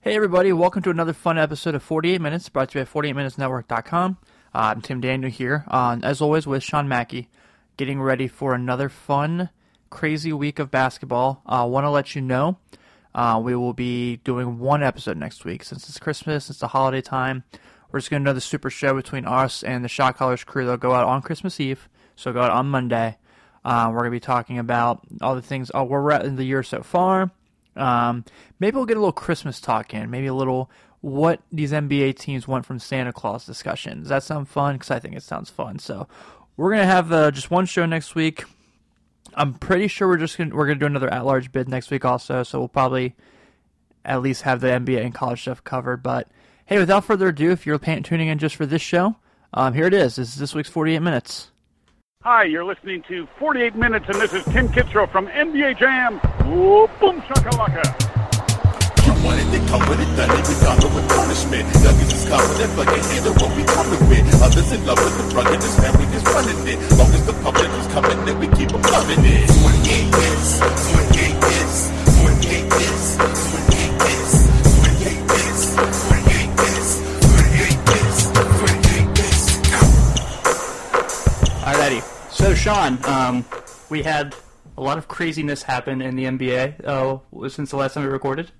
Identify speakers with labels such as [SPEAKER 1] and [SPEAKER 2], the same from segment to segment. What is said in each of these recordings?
[SPEAKER 1] Hey, everybody, welcome to another fun episode of 48 Minutes, brought to you by 48MinutesNetwork.com. Uh, I'm Tim Daniel here, uh, as always, with Sean Mackey, getting ready for another fun, crazy week of basketball. I uh, want to let you know uh, we will be doing one episode next week. Since it's Christmas, it's the holiday time, we're just going to do the super show between us and the Shot Callers crew. They'll go out on Christmas Eve, so go out on Monday. Uh, we're going to be talking about all the things oh, where we're at in the year so far. Um, maybe we'll get a little Christmas talk in, maybe a little what these NBA teams want from Santa Claus discussion. Does that sound fun? Because I think it sounds fun. So we're going to have uh, just one show next week. I'm pretty sure we're just gonna, we're going to do another at large bid next week also. So we'll probably at least have the NBA and college stuff covered. But hey, without further ado, if you're pan- tuning in just for this show, um, here it is. This is this week's 48 minutes.
[SPEAKER 2] Hi, you're listening to 48 Minutes, and this is Tim Kittrow from NBA Jam. Whoa, boom shakalaka.
[SPEAKER 3] You wanted to come with it, done it, we done it with punishment. Nuggets is confident, fucking handle what we coming with. Others in love with the drug and this family is running it. Long as the public is coming, then we keep 'em loving it. 48 hits, 48 hits, 48 hits, 48 hits, 48 hits, 48 hits, 48 hits, 48 hits.
[SPEAKER 1] Alrighty. So, Sean, um, we had a lot of craziness happen in the NBA uh, since the last time we recorded.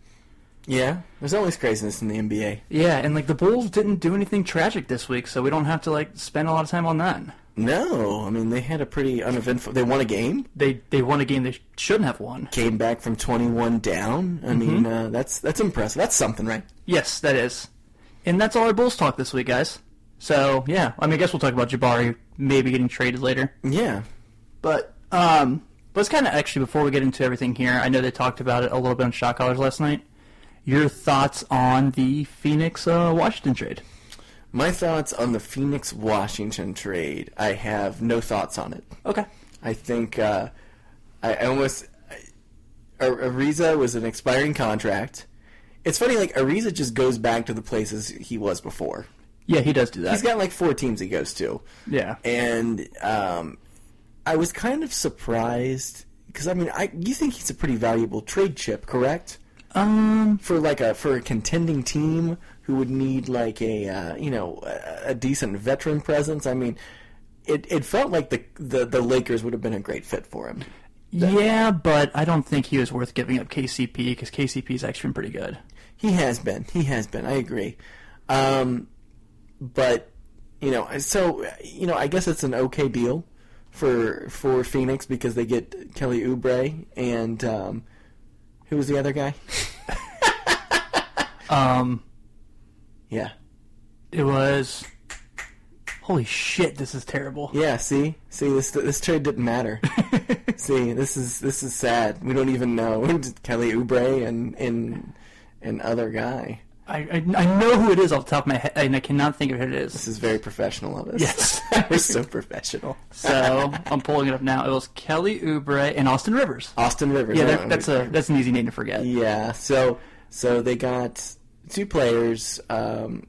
[SPEAKER 4] Yeah, there's always craziness in the NBA.
[SPEAKER 1] Yeah, and like the Bulls didn't do anything tragic this week, so we don't have to like spend a lot of time on that.
[SPEAKER 4] No, I mean they had a pretty uneventful. They won a game,
[SPEAKER 1] They they won a game they sh- shouldn't have won.
[SPEAKER 4] came back from 21 down. I mean uh, that's that's impressive. That's something, right?
[SPEAKER 1] Yes, that is, and that's all our Bulls talk this week, guys. So yeah, I mean, I guess we'll talk about Jabari maybe getting traded later.
[SPEAKER 4] Yeah,
[SPEAKER 1] But um, let's kind of actually before we get into everything here, I know they talked about it a little bit on Shot Collars last night. Your thoughts on the Phoenix uh, Washington trade?
[SPEAKER 4] my thoughts on the Phoenix Washington trade. I have no thoughts on it.
[SPEAKER 1] Okay.
[SPEAKER 4] I think uh, I, I almost I, A- Ariza was an expiring contract. It's funny, like Ariza just goes back to the places he was before.
[SPEAKER 1] Yeah, he does do that.
[SPEAKER 4] He's got like four teams he goes to.
[SPEAKER 1] yeah.
[SPEAKER 4] and um, I was kind of surprised because I mean, I you think he's a pretty valuable trade chip, correct? Um, for like a for a contending team who would need like a uh, you know a, a decent veteran presence. I mean, it it felt like the, the the Lakers would have been a great fit for him.
[SPEAKER 1] Yeah, but I don't think he was worth giving up KCP because KCP's actually been pretty good.
[SPEAKER 4] He has been. He has been. I agree. Um, but you know, so you know, I guess it's an okay deal for for Phoenix because they get Kelly Oubre and um, who was the other guy?
[SPEAKER 1] Um,
[SPEAKER 4] yeah,
[SPEAKER 1] it was. Holy shit! This is terrible.
[SPEAKER 4] yeah. See, see, this this trade didn't matter. see, this is this is sad. We don't even know Kelly Oubre and and and other guy.
[SPEAKER 1] I, I I know who it is off the top of my head, and I cannot think of who it is.
[SPEAKER 4] This is very professional of us.
[SPEAKER 1] Yes.
[SPEAKER 4] we're so professional.
[SPEAKER 1] So I'm pulling it up now. It was Kelly Oubre and Austin Rivers.
[SPEAKER 4] Austin Rivers.
[SPEAKER 1] Yeah,
[SPEAKER 4] I
[SPEAKER 1] that,
[SPEAKER 4] don't know
[SPEAKER 1] that's
[SPEAKER 4] who-
[SPEAKER 1] a that's an easy name to forget.
[SPEAKER 4] Yeah. So so they got two players. Um,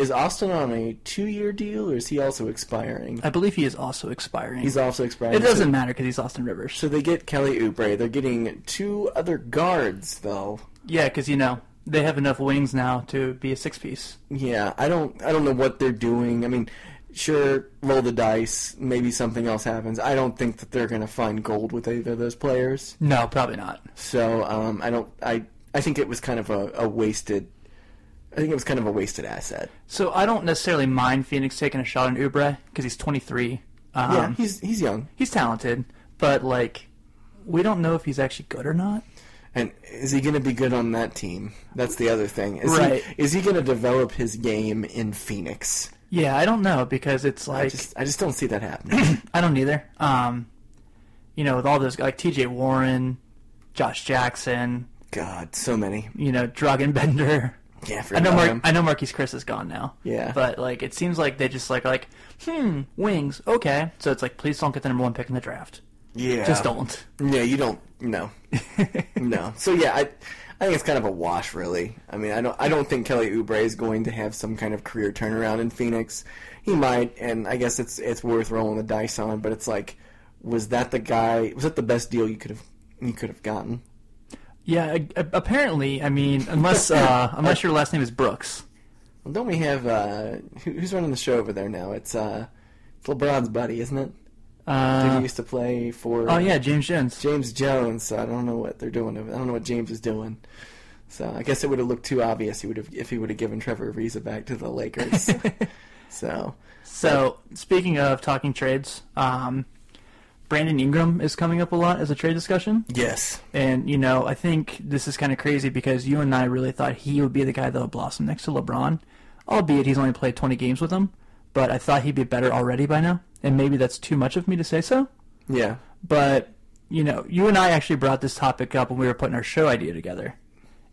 [SPEAKER 4] is Austin on a two-year deal, or is he also expiring?
[SPEAKER 1] I believe he is also expiring.
[SPEAKER 4] He's also expiring.
[SPEAKER 1] it doesn't matter because he's Austin Rivers.
[SPEAKER 4] So they get Kelly Oubre. They're getting two other guards, though.
[SPEAKER 1] Yeah, because you know they have enough wings now to be a six piece.
[SPEAKER 4] Yeah, I don't. I don't know what they're doing. I mean, sure, roll the dice. Maybe something else happens. I don't think that they're going to find gold with either of those players.
[SPEAKER 1] No, probably not.
[SPEAKER 4] So um, I don't. I I think it was kind of a, a wasted. I think it was kind of a wasted asset.
[SPEAKER 1] So I don't necessarily mind Phoenix taking a shot on Oubre because he's 23. Um,
[SPEAKER 4] Yeah, he's he's young.
[SPEAKER 1] he's talented, but like we don't know if he's actually good or not.
[SPEAKER 4] And is he going to be good on that team? That's the other thing. Is
[SPEAKER 1] Right.
[SPEAKER 4] He, is he going to develop his game in Phoenix?
[SPEAKER 1] Yeah, I don't know because it's
[SPEAKER 4] I
[SPEAKER 1] like
[SPEAKER 4] just I just don't see that happening.
[SPEAKER 1] I don't either. Um, you know, with all those like T.J. Warren, Josh Jackson,
[SPEAKER 4] God, so many.
[SPEAKER 1] you know, Dragon Bender.
[SPEAKER 4] Yeah, for
[SPEAKER 1] I know, Mar-
[SPEAKER 4] him.
[SPEAKER 1] I know Marquise Chris is gone now.
[SPEAKER 4] Yeah.
[SPEAKER 1] But like, it seems like they just like like, hmm, wings, okay. So it's like, please don't get the number one pick in the draft.
[SPEAKER 4] yeah.
[SPEAKER 1] Just don't.
[SPEAKER 4] Yeah, you don't. No. no. So yeah, I I think it's kind of a wash, really. I mean, I don't I don't think Kelly Oubre is going to have some kind of career turnaround in Phoenix. He might, and I guess it's it's worth rolling the dice on. But it's like, was that the guy? Was that the best deal you could have you could have gotten?
[SPEAKER 1] Yeah, a- a- apparently, I mean, unless uh, unless your last name is Brooks.
[SPEAKER 4] Well, don't we have uh, who, who's running the show over there now? It's uh, it's LeBron's buddy, isn't it? Dude who
[SPEAKER 1] Uh,
[SPEAKER 4] used to play for
[SPEAKER 1] oh yeah, James Jones.
[SPEAKER 4] James Jones. So I don't know what they're doing. over- I don't know what James is doing. So I guess it would have looked too obvious. He would have if he would have given Trevor Ariza back to the Lakers. so
[SPEAKER 1] So speaking of talking trades, um, Brandon Ingram is coming up a lot as a trade discussion,
[SPEAKER 4] yes,
[SPEAKER 1] and you know I think this is kind of crazy because you and I really thought he would be the guy that would blossom next to LeBron, albeit he's only played 20 games with him. But I thought he'd be better already by now, and maybe that's too much of me to say so.
[SPEAKER 4] yeah.
[SPEAKER 1] but you know, you and I actually brought this topic up when we were putting our show idea together,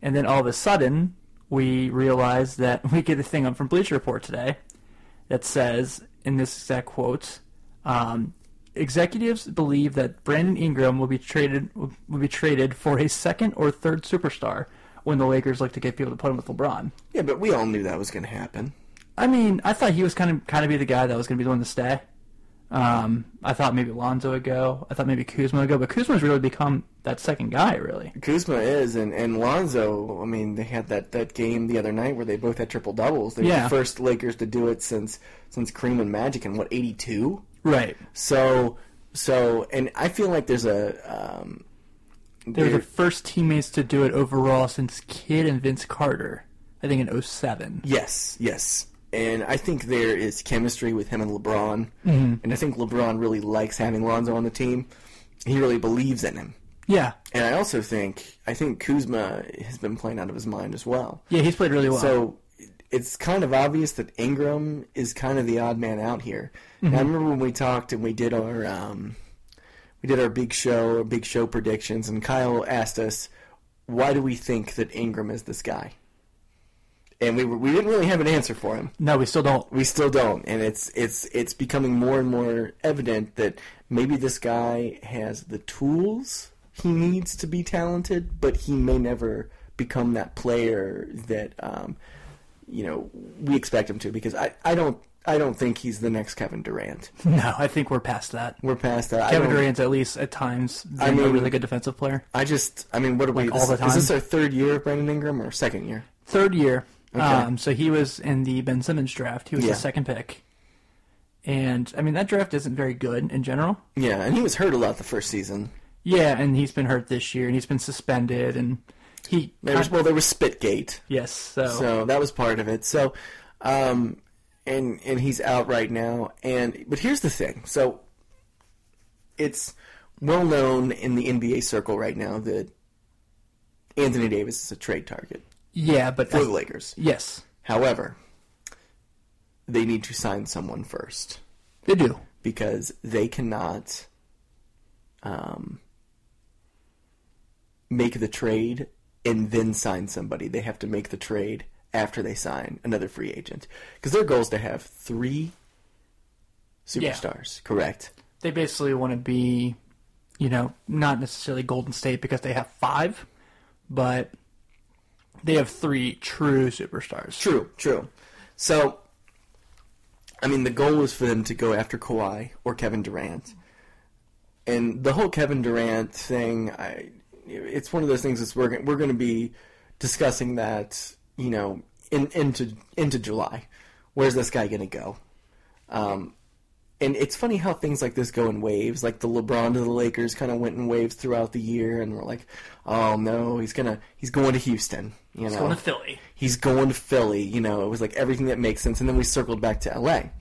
[SPEAKER 1] and then all of a sudden we realized that we get a thing up from Bleacher Report today that says, in this exact quote, um, executives believe that Brandon Ingram will be traded will be traded for a second or third superstar when the Lakers look to get people to put him with LeBron.
[SPEAKER 4] Yeah, but we all knew that was going to happen.
[SPEAKER 1] I mean, I thought he was kind of kind of be the guy that was going to be the one to stay. Um, I thought maybe Lonzo would go. I thought maybe Kuzma would go, but Kuzma's really become that second guy, really.
[SPEAKER 4] Kuzma is, and, and Lonzo. I mean, they had that, that game the other night where they both had triple doubles. They were
[SPEAKER 1] Yeah.
[SPEAKER 4] the first Lakers to do it since since Kareem and Magic in what eighty two.
[SPEAKER 1] Right.
[SPEAKER 4] So so, and I feel like there's a um,
[SPEAKER 1] They were the
[SPEAKER 4] there-
[SPEAKER 1] first teammates to do it overall since Kidd and Vince Carter, I think in 07.
[SPEAKER 4] Yes, yes. And I think there is chemistry with him and LeBron. And I think LeBron really likes having Lonzo on the team. He really believes in him.
[SPEAKER 1] Yeah.
[SPEAKER 4] And I also think I think Kuzma has been playing out of his mind as well.
[SPEAKER 1] Yeah, he's played really well.
[SPEAKER 4] So it's kind of obvious that Ingram is kind of the odd man out here. And
[SPEAKER 1] Mm-hmm.
[SPEAKER 4] I remember when we talked and we did our um, we did our big show, our big show predictions, and Kyle asked us, "Why do we think that Ingram is this guy?" And we were, we didn't really have an answer for him.
[SPEAKER 1] no, we still don't.
[SPEAKER 4] We still don't, and it's it's it's becoming more and more evident that maybe this guy has the tools he needs to be talented, but he may never become that player that um, you know we expect him to. Because I, I don't I don't think he's the next Kevin Durant.
[SPEAKER 1] No, I think we're past that.
[SPEAKER 4] We're past that. I
[SPEAKER 1] Kevin
[SPEAKER 4] don't-
[SPEAKER 1] Durant's at least at times
[SPEAKER 4] I
[SPEAKER 1] been a
[SPEAKER 4] mean-
[SPEAKER 1] really good defensive player.
[SPEAKER 4] I just I mean, what are we?
[SPEAKER 1] all the
[SPEAKER 4] Is
[SPEAKER 1] time?
[SPEAKER 4] this our third year of Brandon Ingram or second year?
[SPEAKER 1] Third year. Um, so he was in the Ben Simmons draft. He was
[SPEAKER 4] Yeah.
[SPEAKER 1] the second pick. And I mean that draft isn't very good in general.
[SPEAKER 4] Yeah, and he was hurt a lot the first season.
[SPEAKER 1] Yeah, and he's been hurt this year, and he's been suspended, and he
[SPEAKER 4] There was, well, there was Spitgate.
[SPEAKER 1] yes, so,
[SPEAKER 4] So that was part of it. So, um, and and he's out right now. And but here's the thing. So it's well known in the NBA circle right now that Anthony Davis is a trade target
[SPEAKER 1] yeah, but uh,
[SPEAKER 4] for the Lakers.
[SPEAKER 1] yes,
[SPEAKER 4] However, they need to sign someone first
[SPEAKER 1] they do.
[SPEAKER 4] because they cannot um, make the trade and then sign somebody. They have to make the trade after they sign another free agent because their goal is to have three superstars. Correct.
[SPEAKER 1] They basically want to be, you know, not necessarily Golden State because they have five, but they have three true superstars.
[SPEAKER 4] True. True. So, I mean, the goal is for them to go after Kawhi or Kevin Durant. and the whole Kevin Durant thing, I, it's one of those things that's we're gonna- we're going to be discussing that you know in, into into July. Where's this guy going to go? Um, and it's funny how things like this go in waves. Like the LeBron to the Lakers kind of went in waves throughout the year, and we're like, oh no, he's gonna he's going to Houston. You know, he's
[SPEAKER 1] going to Philly.
[SPEAKER 4] He's going to Philly. You know, it was like everything that makes sense, and then we circled back to L.A.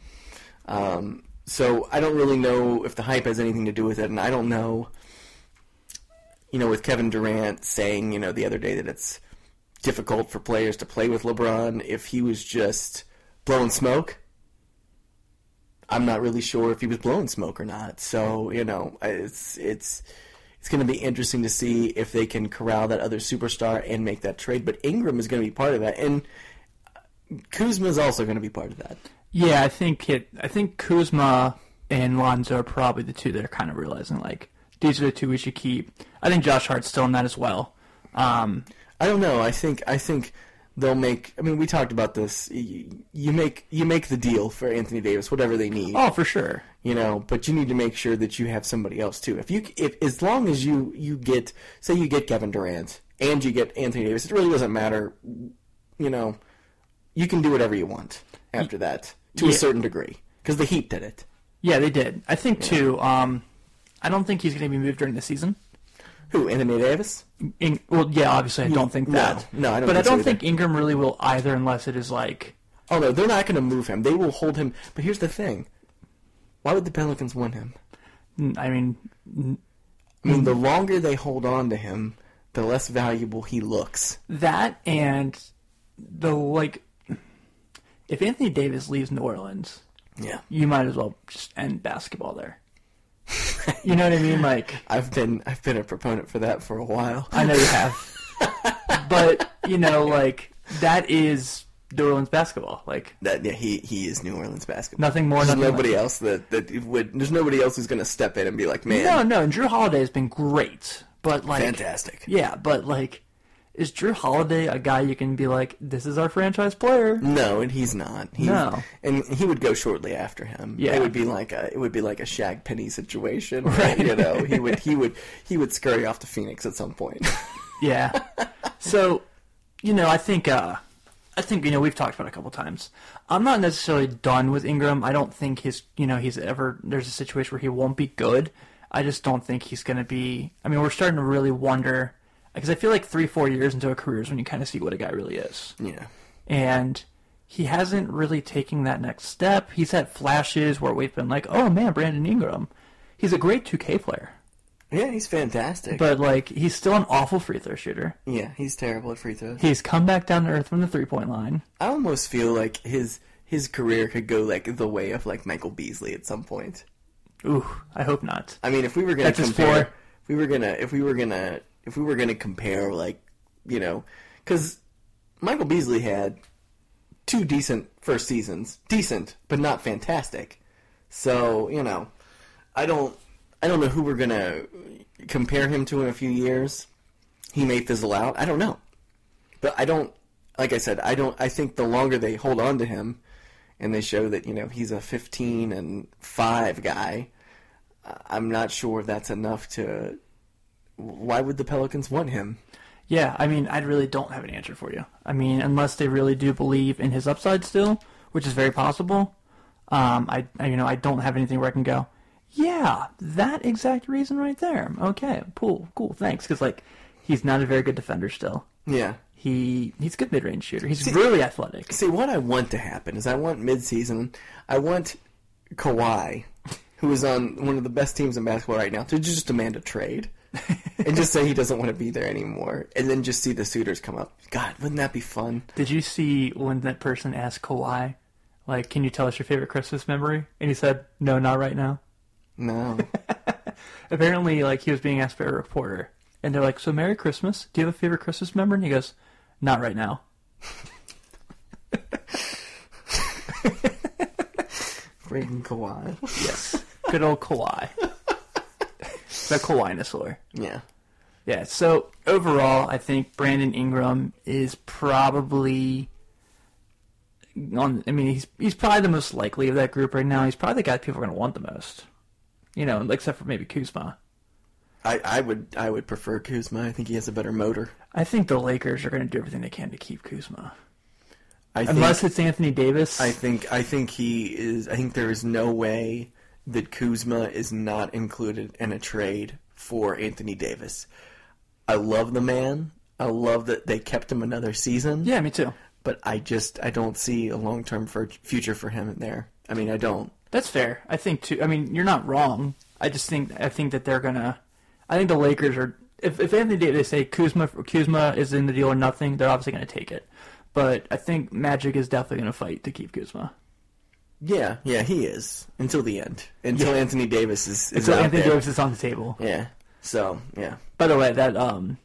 [SPEAKER 4] Um, so I don't really know if the hype has anything to do with it, and I don't know, you know, with Kevin Durant saying, you know, the other day that it's difficult for players to play with LeBron, if he was just blowing smoke. I'm not really sure if he was blowing smoke or not. So you know, it's it's it's going to be interesting to see if they can corral that other superstar and make that trade. But Ingram is going to be part of that, and Kuzma is also going to be part of that.
[SPEAKER 1] Yeah, I think it. I think Kuzma and Lonzo are probably the two that are kind of realizing like these are the two we should keep. I think Josh Hart's still in that as well. Um,
[SPEAKER 4] I don't know. I think I think they'll make. I mean, we talked about this. You, you make you make the deal for Anthony Davis, whatever they need,
[SPEAKER 1] oh, for sure.
[SPEAKER 4] you know. But you need to make sure that you have somebody else too. If you if as long as you you get say you get Kevin Durant and you get Anthony Davis. It really doesn't matter. You know, you can do whatever you want after that to a
[SPEAKER 1] yeah.
[SPEAKER 4] certain degree because the Heat did it.
[SPEAKER 1] Yeah, they did. I think too. Um, I don't think he's going to be moved during the season.
[SPEAKER 4] Who Anthony Davis?
[SPEAKER 1] In, well, yeah, obviously I don't think
[SPEAKER 4] No,
[SPEAKER 1] that.
[SPEAKER 4] no, I don't
[SPEAKER 1] But
[SPEAKER 4] think
[SPEAKER 1] I
[SPEAKER 4] so
[SPEAKER 1] don't
[SPEAKER 4] either.
[SPEAKER 1] think Ingram really will either, unless it is like
[SPEAKER 4] Oh no, they're not going to move him. They will hold him. But here's the thing: why would the Pelicans want him?
[SPEAKER 1] mm, I mean,
[SPEAKER 4] I mean, the longer they hold on to him, the less valuable he looks.
[SPEAKER 1] that and the like. If Anthony Davis leaves New Orleans,
[SPEAKER 4] Yeah,
[SPEAKER 1] you might as well just end basketball there. you know what I mean? Like
[SPEAKER 4] I've been I've been a proponent for that for a while.
[SPEAKER 1] I know you have, but you know, like that is New Orleans basketball. Like
[SPEAKER 4] That yeah, he he is New Orleans basketball.
[SPEAKER 1] nothing more,
[SPEAKER 4] There's
[SPEAKER 1] nothing less.
[SPEAKER 4] nobody else that that would. There's nobody else who's going to step in and be like, man,
[SPEAKER 1] No, no, and Drew Holiday has been great, but like
[SPEAKER 4] fantastic.
[SPEAKER 1] Yeah, but like, is Drew Holiday a guy you can be like, this is our franchise player?
[SPEAKER 4] No, and he's not. He's,
[SPEAKER 1] No.
[SPEAKER 4] and he would go shortly after him.
[SPEAKER 1] Yeah.
[SPEAKER 4] it would be like a it would be like a Shag Penny situation. Right. You know, he would he would he would scurry off to Phoenix at some point.
[SPEAKER 1] Yeah. so, you know, I think, uh, I think you know we've talked about it a couple times. I'm not necessarily done with Ingram. I don't think his, you know, he's ever. There's a situation where he won't be good. I just don't think he's going to be. I mean, we're starting to really wonder because I feel like three, four years into a career is when you kind of see what a guy really is.
[SPEAKER 4] yeah.
[SPEAKER 1] and he hasn't really taken that next step. He's had flashes where we've been like, "Oh man, Brandon Ingram, he's a great 2K player,"
[SPEAKER 4] Yeah, he's fantastic.
[SPEAKER 1] but like he's still an awful free throw shooter.
[SPEAKER 4] yeah, he's terrible at free throws.
[SPEAKER 1] He's come back down to earth from the three point line.
[SPEAKER 4] I almost feel like his his career could go like the way of like Michael Beasley at some point.
[SPEAKER 1] Ooh, I hope not.
[SPEAKER 4] I mean, if we were gonna
[SPEAKER 1] That's his
[SPEAKER 4] compare,
[SPEAKER 1] floor.
[SPEAKER 4] if we were gonna, if we were gonna, if we were gonna compare, like, you know, because Michael Beasley had two decent first seasons, decent but not fantastic. So you know, I don't, I don't know who we're gonna compare him to in a few years. He may fizzle out. I don't know, but I don't. Like I said, I don't. I think the longer they hold on to him, and they show that you know he's a 15 and five guy. I'm not sure that's enough to. Why would the Pelicans want him?
[SPEAKER 1] Yeah, I mean, I really don't have an answer for you. I mean, unless they really do believe in his upside still, which is very possible. Um, I, I, you know, I don't have anything where I can go. Yeah, that exact reason right there. Okay, cool, cool, thanks. Because like, he's not a very good defender still.
[SPEAKER 4] Yeah.
[SPEAKER 1] He he's a good mid range shooter. He's really athletic.
[SPEAKER 4] See, what I want to happen is I want midseason, I want Kawhi, who is on one of the best teams in basketball right now, to just demand a trade and just say he doesn't want to be there anymore, and then just see the suitors come up. God, wouldn't that be fun?
[SPEAKER 1] Did you see when that person asked Kawhi, like, "Can you tell us your favorite Christmas memory?" And he said, "No, not right now."
[SPEAKER 4] No.
[SPEAKER 1] apparently like he was being asked by a reporter and they're like so merry christmas do you have a favorite christmas member and he goes not right now
[SPEAKER 4] Freaking Kawhi.
[SPEAKER 1] yes good old Kawhi. the Kawhi-nosaur.
[SPEAKER 4] Yeah.
[SPEAKER 1] yeah so overall i think brandon ingram is probably on i mean he's he's probably the most likely of that group right now he's probably the guy people are going to want the most you know except for maybe kuzma
[SPEAKER 4] I, I would I would prefer Kuzma. I think he has a better motor.
[SPEAKER 1] i think the lakers are going to do everything they can to keep kuzma
[SPEAKER 4] I think,
[SPEAKER 1] unless it's anthony davis
[SPEAKER 4] I think I think he is. I think there is no way that Kuzma is not included in a trade for Anthony Davis. I love the man. I love that they kept him another season.
[SPEAKER 1] yeah me too
[SPEAKER 4] But I just I don't see a long term for, future for him in there. I mean I don't.
[SPEAKER 1] That's fair. I think too. I mean, you're not wrong. I just think I think that they're gonna. I think the Lakers are. If if Anthony Davis they say Kuzma Kuzma is in the deal or nothing, they're obviously gonna take it. But I think Magic is definitely gonna fight to keep Kuzma.
[SPEAKER 4] Yeah, yeah, he is until the end. Until Anthony Davis is, is
[SPEAKER 1] So
[SPEAKER 4] out
[SPEAKER 1] Anthony
[SPEAKER 4] there.
[SPEAKER 1] Davis is on the table.
[SPEAKER 4] Yeah. So yeah.
[SPEAKER 1] By the way, that um,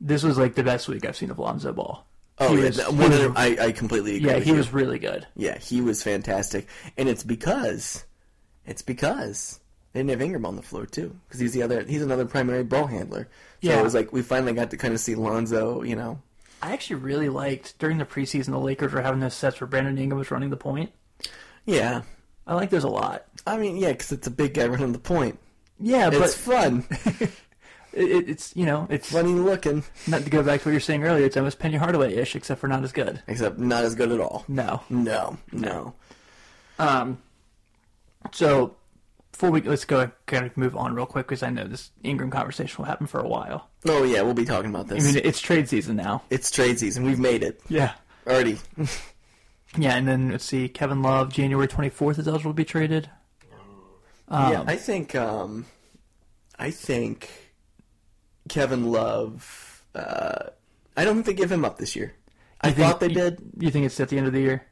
[SPEAKER 1] this was like the best week I've seen of Lonzo Ball.
[SPEAKER 4] Oh,
[SPEAKER 1] he
[SPEAKER 4] yeah,
[SPEAKER 1] was,
[SPEAKER 4] that-
[SPEAKER 1] he
[SPEAKER 4] one
[SPEAKER 1] was-
[SPEAKER 4] of the, I, I completely agree
[SPEAKER 1] yeah,
[SPEAKER 4] with
[SPEAKER 1] he
[SPEAKER 4] you.
[SPEAKER 1] was really good.
[SPEAKER 4] Yeah, he was fantastic, and it's because it's because they didn't have Ingram on the floor too, because he's the other he's another primary ball handler. So
[SPEAKER 1] Yeah.
[SPEAKER 4] it was like we finally got to kind of see Lonzo, you know.
[SPEAKER 1] I actually really liked during the preseason the Lakers were having those sets where Brandon Ingram was running the point.
[SPEAKER 4] Yeah,
[SPEAKER 1] I like those a lot.
[SPEAKER 4] I mean, yeah, because it's a big guy running the point.
[SPEAKER 1] Yeah,
[SPEAKER 4] It's
[SPEAKER 1] but
[SPEAKER 4] fun.
[SPEAKER 1] It, it, it's you know it's
[SPEAKER 4] Funny looking,
[SPEAKER 1] not to go back to what you were saying earlier. It's almost Penny Hardaway ish, except for not as good.
[SPEAKER 4] except not as good at all.
[SPEAKER 1] No.
[SPEAKER 4] No, no.
[SPEAKER 1] So before we let's go kind of move on real quick because I know this Ingram conversation will happen for a while.
[SPEAKER 4] Oh yeah, we'll be talking about
[SPEAKER 1] I
[SPEAKER 4] this.
[SPEAKER 1] mean, it's trade season now.
[SPEAKER 4] it's trade season. We've made it
[SPEAKER 1] Yeah.
[SPEAKER 4] already.
[SPEAKER 1] Yeah, and then let's see. Kevin Love, January 24th is eligible to be traded.
[SPEAKER 4] yeah, I think um, I think Kevin Love. Uh, I don't think they give him up this year. I
[SPEAKER 1] You think-
[SPEAKER 4] thought they
[SPEAKER 1] you-
[SPEAKER 4] did.
[SPEAKER 1] You think it's at the end of the year?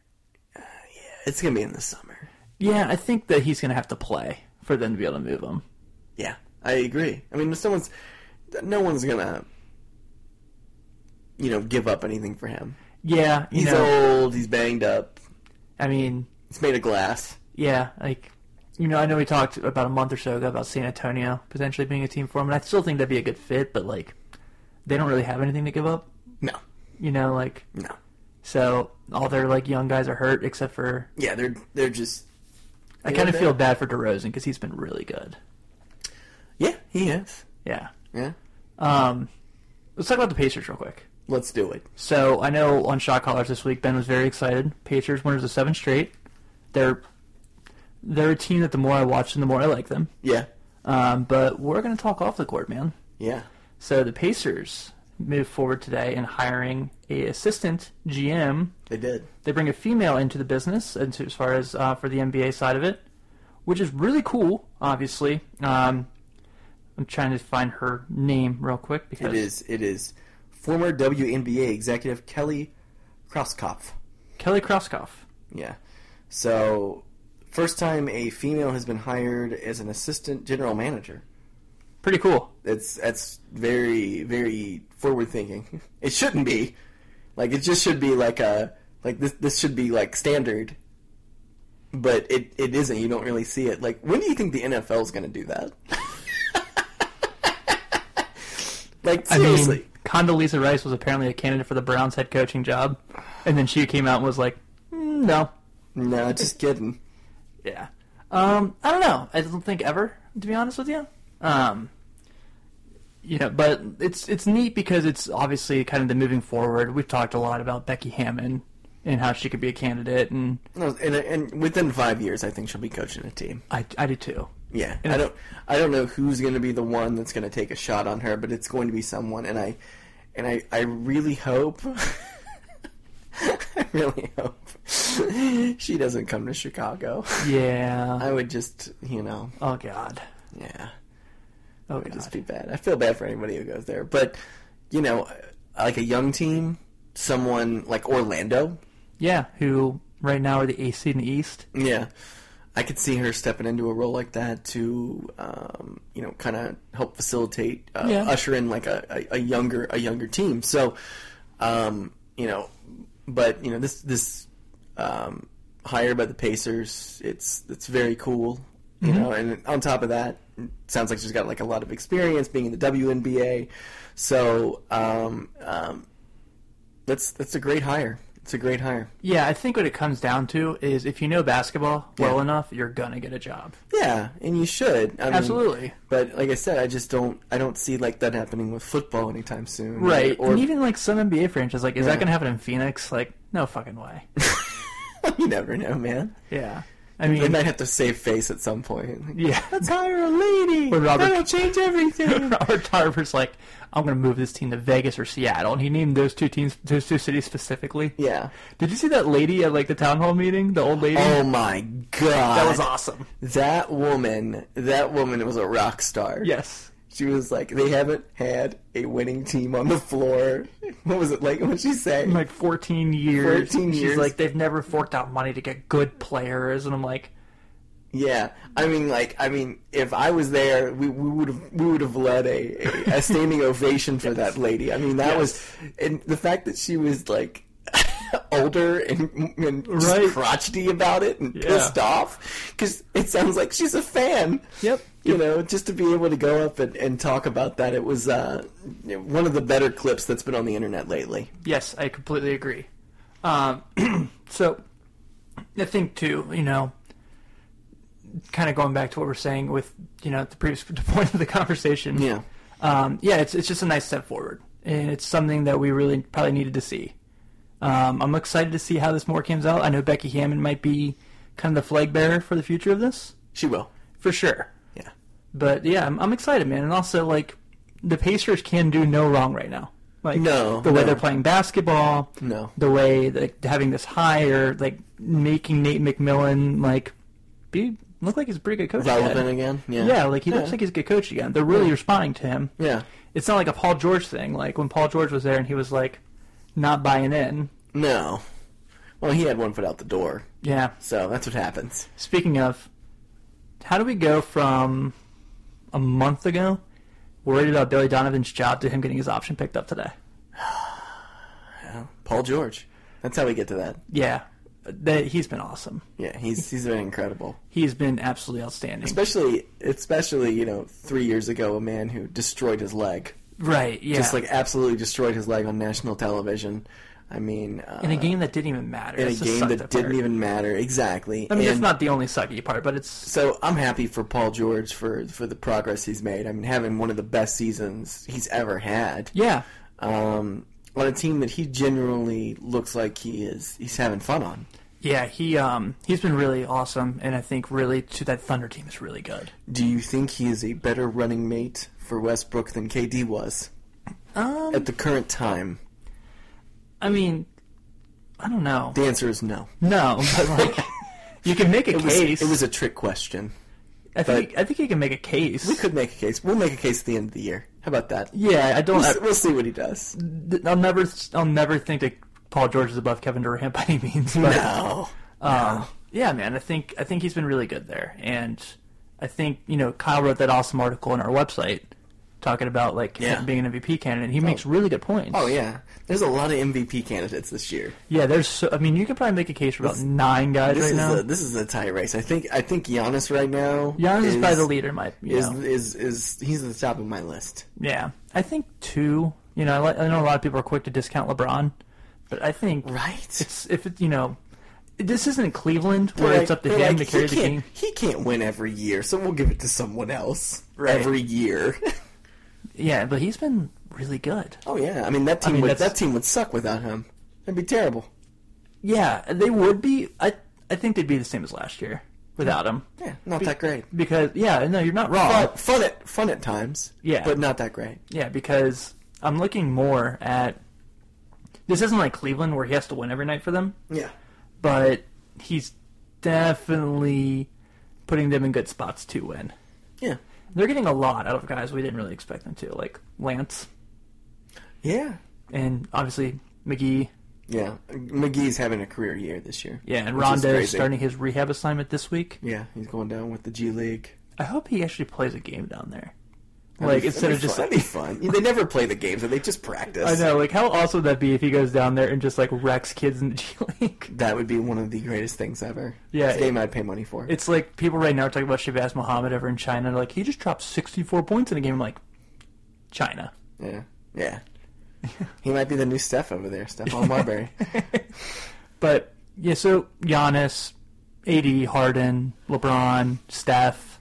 [SPEAKER 4] It's gonna be in the summer.
[SPEAKER 1] Yeah, I think that he's going to have to play for them to be able to move him.
[SPEAKER 4] Yeah, I agree. I mean, if someone's no one's gonna you know give up anything for him.
[SPEAKER 1] Yeah, you
[SPEAKER 4] He's
[SPEAKER 1] know,
[SPEAKER 4] old. He's banged up.
[SPEAKER 1] I mean,
[SPEAKER 4] He's made of glass.
[SPEAKER 1] yeah, like you know, I know we talked about a month or so ago about San Antonio potentially being a team for him, and I still think that'd be a good fit, but like they don't really have anything to give up,
[SPEAKER 4] No,
[SPEAKER 1] you know, like
[SPEAKER 4] no.
[SPEAKER 1] so all their like young guys are hurt except for
[SPEAKER 4] Yeah, they're they're just
[SPEAKER 1] I kind of
[SPEAKER 4] Yeah.
[SPEAKER 1] feel bad for DeRozan because he's been really good.
[SPEAKER 4] yeah. He is.
[SPEAKER 1] Yeah.
[SPEAKER 4] Yeah.
[SPEAKER 1] Um, let's talk about the Pacers real quick.
[SPEAKER 4] Let's do it.
[SPEAKER 1] So I know on Shot Callers this week, Ben was very excited. Pacers winners of seven straight. They're they're a team that the more I watch them, the more I like them.
[SPEAKER 4] Yeah.
[SPEAKER 1] Um, but we're going to talk off the court, man.
[SPEAKER 4] Yeah.
[SPEAKER 1] So the Pacers move forward today in hiring a assistant GM.
[SPEAKER 4] They did.
[SPEAKER 1] They bring a female into the business, into, as far as uh, for the NBA side of it, which is really cool. Obviously, um, I'm trying to find her name real quick because
[SPEAKER 4] It is. It is former WNBA executive Kelly Kroskopf.
[SPEAKER 1] Kelly Kroskoff.
[SPEAKER 4] Yeah. So, first time a female has been hired as an assistant general manager.
[SPEAKER 1] Pretty cool.
[SPEAKER 4] That's that's very very forward thinking. It shouldn't be. Like it just should be like a like this this should be like standard. But it, it isn't. You don't really see it. Like when do you think the NFL is going to do that? like
[SPEAKER 1] I
[SPEAKER 4] seriously.
[SPEAKER 1] mean, Condoleezza Rice was apparently a candidate for the Browns head coaching job, and then she came out and was like, "Mm, "No,
[SPEAKER 4] No, just kidding.
[SPEAKER 1] yeah." Um, I don't know. I don't think ever, to be honest with you. Um, you know, but it's it's neat because it's obviously kind of the moving forward. We've talked a lot about Becky Hammond and how she could be a candidate, and
[SPEAKER 4] No, and, and within five years, I think she'll be coaching a team.
[SPEAKER 1] I, I do too.
[SPEAKER 4] Yeah, I don't, I don't know who's going to be the one that's going to take a shot on her, but it's going to be someone, and I, and I, I really hope, I really hope she doesn't come to Chicago.
[SPEAKER 1] Yeah.
[SPEAKER 4] I would just, you know,
[SPEAKER 1] Oh God.
[SPEAKER 4] yeah,
[SPEAKER 1] Oh
[SPEAKER 4] it'd just
[SPEAKER 1] God.
[SPEAKER 4] be bad. I feel bad for anybody who goes there, but you know, like a young team, someone like Orlando,
[SPEAKER 1] Yeah. Who right now are the eighth seed in the East?
[SPEAKER 4] Yeah, I could see her stepping into a role like that to, um, you know, kind of help facilitate, uh,
[SPEAKER 1] Yeah.
[SPEAKER 4] usher in like a, a, a younger a younger team. So, um, you know, but you know this this um, hire by the Pacers, it's it's very cool. You know, and on top of that, it sounds like she's got like a lot of experience being in the WNBA. So, um, um, that's that's a great hire. It's a great hire.
[SPEAKER 1] Yeah, I think what it comes down to is if you know basketball well
[SPEAKER 4] Yeah.
[SPEAKER 1] enough, you're gonna get a job.
[SPEAKER 4] Yeah, and you should. I mean,
[SPEAKER 1] Absolutely.
[SPEAKER 4] But like I said, I just don't. I don't see like that happening with football anytime soon. Or,
[SPEAKER 1] and even like some NBA franchise, like, is
[SPEAKER 4] Yeah.
[SPEAKER 1] that gonna happen in Phoenix? Like, no fucking way.
[SPEAKER 4] you never know, man.
[SPEAKER 1] yeah. I
[SPEAKER 4] They
[SPEAKER 1] mean,
[SPEAKER 4] might have to save face at some point. Like,
[SPEAKER 1] yeah.
[SPEAKER 4] Let's hire a lady.
[SPEAKER 1] Or Robert-
[SPEAKER 4] That'll change everything.
[SPEAKER 1] Robert Tarver's like, I'm gonna move this team to Vegas or Seattle, and he named those two teams, those two cities specifically.
[SPEAKER 4] yeah.
[SPEAKER 1] Did you see that lady at like the town hall meeting? The old lady.
[SPEAKER 4] Oh my god.
[SPEAKER 1] that was awesome.
[SPEAKER 4] That woman. That woman was a rock star.
[SPEAKER 1] Yes.
[SPEAKER 4] She was like, they haven't had a winning team on the floor. What was it like? What would she say?
[SPEAKER 1] In, like 14 years.
[SPEAKER 4] 14
[SPEAKER 1] She's
[SPEAKER 4] years.
[SPEAKER 1] like, they've never forked out money to get good players, and I'm like,
[SPEAKER 4] Yeah, I mean, like, I mean, if I was there, we we would have we would have led a, a, a standing ovation for that lady. I mean, that was, and the fact that she was like older and, and just
[SPEAKER 1] Right.
[SPEAKER 4] crotchety about it and pissed off, because it sounds like she's a fan.
[SPEAKER 1] Yep.
[SPEAKER 4] You know, just to be able to go up and, and talk about that, it was uh, one of the better clips that's been on the internet lately.
[SPEAKER 1] Yes, I completely agree. Um, so, I think too, you know, kind of going back to what we're saying with you know the previous point of the conversation.
[SPEAKER 4] Yeah.
[SPEAKER 1] um, yeah, it's it's just a nice step forward, and it's something that we really probably needed to see. Um, I'm excited to see how this more comes out. I know Becky Hammond might be kind of the flag bearer for the future of this,
[SPEAKER 4] She will.
[SPEAKER 1] for sure.
[SPEAKER 4] Yeah.
[SPEAKER 1] But yeah, I'm, I'm excited, man. And also, like, the Pacers can do no wrong right now. Like,
[SPEAKER 4] No,
[SPEAKER 1] the way
[SPEAKER 4] no.
[SPEAKER 1] they're playing basketball,
[SPEAKER 4] No.
[SPEAKER 1] the way like having this hire, like making Nate McMillan like be look like he's a pretty good coach. again.
[SPEAKER 4] Relevant again? Yeah.
[SPEAKER 1] Yeah, like he looks
[SPEAKER 4] Yeah.
[SPEAKER 1] like he's a good coach again. They're really responding to him.
[SPEAKER 4] Yeah.
[SPEAKER 1] It's not like a Paul George thing. Like when Paul George was there and he was like not buying in.
[SPEAKER 4] No. Well, he had one foot out the door,
[SPEAKER 1] Yeah.
[SPEAKER 4] so that's what happens.
[SPEAKER 1] Speaking of, how do we go from a month ago worried about Billy Donovan's job to him getting his option picked up today?
[SPEAKER 4] Paul George. That's how we get to that.
[SPEAKER 1] Yeah, that he's been awesome.
[SPEAKER 4] Yeah, he's he's been incredible.
[SPEAKER 1] He's been absolutely outstanding.
[SPEAKER 4] Especially, especially you know, three years ago, a man who destroyed his leg,
[SPEAKER 1] Right? Yeah.
[SPEAKER 4] just like absolutely destroyed his leg on national television. I mean, uh,
[SPEAKER 1] in a game that didn't even matter.
[SPEAKER 4] in a
[SPEAKER 1] That's the
[SPEAKER 4] game
[SPEAKER 1] sucked
[SPEAKER 4] that
[SPEAKER 1] up
[SPEAKER 4] didn't
[SPEAKER 1] part.
[SPEAKER 4] even matter exactly.
[SPEAKER 1] I mean,
[SPEAKER 4] and
[SPEAKER 1] that's not the only sucky part, but it's
[SPEAKER 4] so I'm happy for Paul George for for the progress he's made. I mean, having one of the best seasons he's ever had.
[SPEAKER 1] yeah,
[SPEAKER 4] um, on a team that he generally looks like he is he's having fun on.
[SPEAKER 1] yeah. He um he's been really awesome, and I think really to that Thunder team is really good.
[SPEAKER 4] Do you think he is a better running mate for Westbrook than KD was
[SPEAKER 1] Um,
[SPEAKER 4] at the current time?
[SPEAKER 1] I mean, I don't know.
[SPEAKER 4] The answer is no.
[SPEAKER 1] No, but like you can make a
[SPEAKER 4] It was,
[SPEAKER 1] case.
[SPEAKER 4] it was a trick question.
[SPEAKER 1] I think I think you can make a case.
[SPEAKER 4] We could make a case. We'll make a case at the end of the year. How about that?
[SPEAKER 1] Yeah, I don't.
[SPEAKER 4] We'll,
[SPEAKER 1] I,
[SPEAKER 4] s- we'll see what he does.
[SPEAKER 1] I'll never. I'll never think that Paul George is above Kevin Durant by any means. But,
[SPEAKER 4] No.
[SPEAKER 1] Um, yeah, man. I think I think he's been really good there, and I think you know Kyle wrote that awesome article on our website talking about like
[SPEAKER 4] Yeah.
[SPEAKER 1] him being an MVP candidate. and He makes really good points.
[SPEAKER 4] Oh yeah. There's a lot of MVP candidates this year.
[SPEAKER 1] yeah. There's so, I mean, you could probably make a case for about nine guys
[SPEAKER 4] This
[SPEAKER 1] right
[SPEAKER 4] is
[SPEAKER 1] now.
[SPEAKER 4] a, this is a tie race. I think I think Giannis right now.
[SPEAKER 1] Giannis is, probably the leader. in My you
[SPEAKER 4] Is,
[SPEAKER 1] know.
[SPEAKER 4] is is he's at the top of my list.
[SPEAKER 1] yeah. I think two. You know, I, li- I know a lot of people are quick to discount LeBron, but I think
[SPEAKER 4] Right.
[SPEAKER 1] it's if it you know. This isn't Cleveland where
[SPEAKER 4] They're
[SPEAKER 1] it's
[SPEAKER 4] like-
[SPEAKER 1] up to
[SPEAKER 4] they're
[SPEAKER 1] him
[SPEAKER 4] like,
[SPEAKER 1] to carry
[SPEAKER 4] he
[SPEAKER 1] the
[SPEAKER 4] can't-
[SPEAKER 1] team.
[SPEAKER 4] He can't win every year, so we'll give it to someone else
[SPEAKER 1] Right.
[SPEAKER 4] every year.
[SPEAKER 1] Yeah, but he's been really good.
[SPEAKER 4] oh yeah, I mean that team
[SPEAKER 1] mean,
[SPEAKER 4] would
[SPEAKER 1] that's-
[SPEAKER 4] that team would suck without him. It'd be terrible.
[SPEAKER 1] Yeah, they would be. I I think they'd be the same as last year without him.
[SPEAKER 4] Yeah, not that great.
[SPEAKER 1] Because yeah, no, you're not wrong.
[SPEAKER 4] But fun at fun at times.
[SPEAKER 1] Yeah.
[SPEAKER 4] but not that great.
[SPEAKER 1] yeah, because I'm looking more at this isn't like Cleveland where he has to win every night for them,
[SPEAKER 4] Yeah,
[SPEAKER 1] but he's definitely putting them in good spots to win.
[SPEAKER 4] yeah,
[SPEAKER 1] They're getting a lot out of guys we didn't really expect them to, like Lance
[SPEAKER 4] yeah,
[SPEAKER 1] and obviously McGee.
[SPEAKER 4] yeah. McGee's having a career year this year.
[SPEAKER 1] Yeah, and
[SPEAKER 4] which is
[SPEAKER 1] Rondo
[SPEAKER 4] crazy.
[SPEAKER 1] starting his rehab assignment this week.
[SPEAKER 4] Yeah, he's going down with the G League.
[SPEAKER 1] I hope he actually plays a game down there.
[SPEAKER 4] That'd
[SPEAKER 1] Like
[SPEAKER 4] be-
[SPEAKER 1] instead
[SPEAKER 4] that'd
[SPEAKER 1] of
[SPEAKER 4] be
[SPEAKER 1] just
[SPEAKER 4] fun. that'd be fun. Yeah, they never play the games; they just practice.
[SPEAKER 1] I know, like how awesome would that be if he goes down there and just like wrecks kids in the G League?
[SPEAKER 4] That would be one of the greatest things ever.
[SPEAKER 1] Yeah,
[SPEAKER 4] it's a game
[SPEAKER 1] it-
[SPEAKER 4] I'd pay money for.
[SPEAKER 1] It's like people right now are talking about Shabazz Muhammad over in China. Like he just dropped sixty four points in a game. I'm like, China.
[SPEAKER 4] Yeah. Yeah. he might be the new Steph over there, Stephon Marbury.
[SPEAKER 1] But yeah, so Giannis, AD, Harden, LeBron, Steph.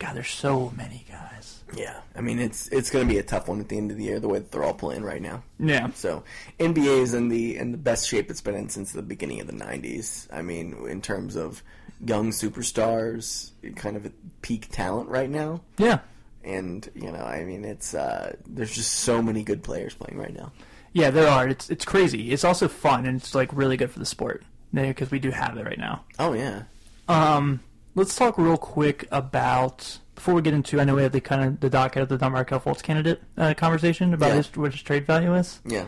[SPEAKER 1] God, there's so many guys.
[SPEAKER 4] yeah. I mean, it's it's going to be a tough one at the end of the year the way that they're all playing right now.
[SPEAKER 1] Yeah.
[SPEAKER 4] So, NBA is in the in the best shape it's been in since the beginning of the 90s. I mean, in terms of young superstars, kind of at peak talent right now.
[SPEAKER 1] Yeah.
[SPEAKER 4] And, you know, I mean, it's uh there's just so many good players playing right now.
[SPEAKER 1] Yeah, there are. It's it's crazy. It's also fun and it's like really good for the sport. Because we do have it right now.
[SPEAKER 4] Oh, yeah.
[SPEAKER 1] Um, let's talk real quick about before we get into. I know we had the kind of the docket of the Don Markel Fultz candidate uh, conversation about
[SPEAKER 4] Yeah.
[SPEAKER 1] his, what his trade value is.
[SPEAKER 4] Yeah.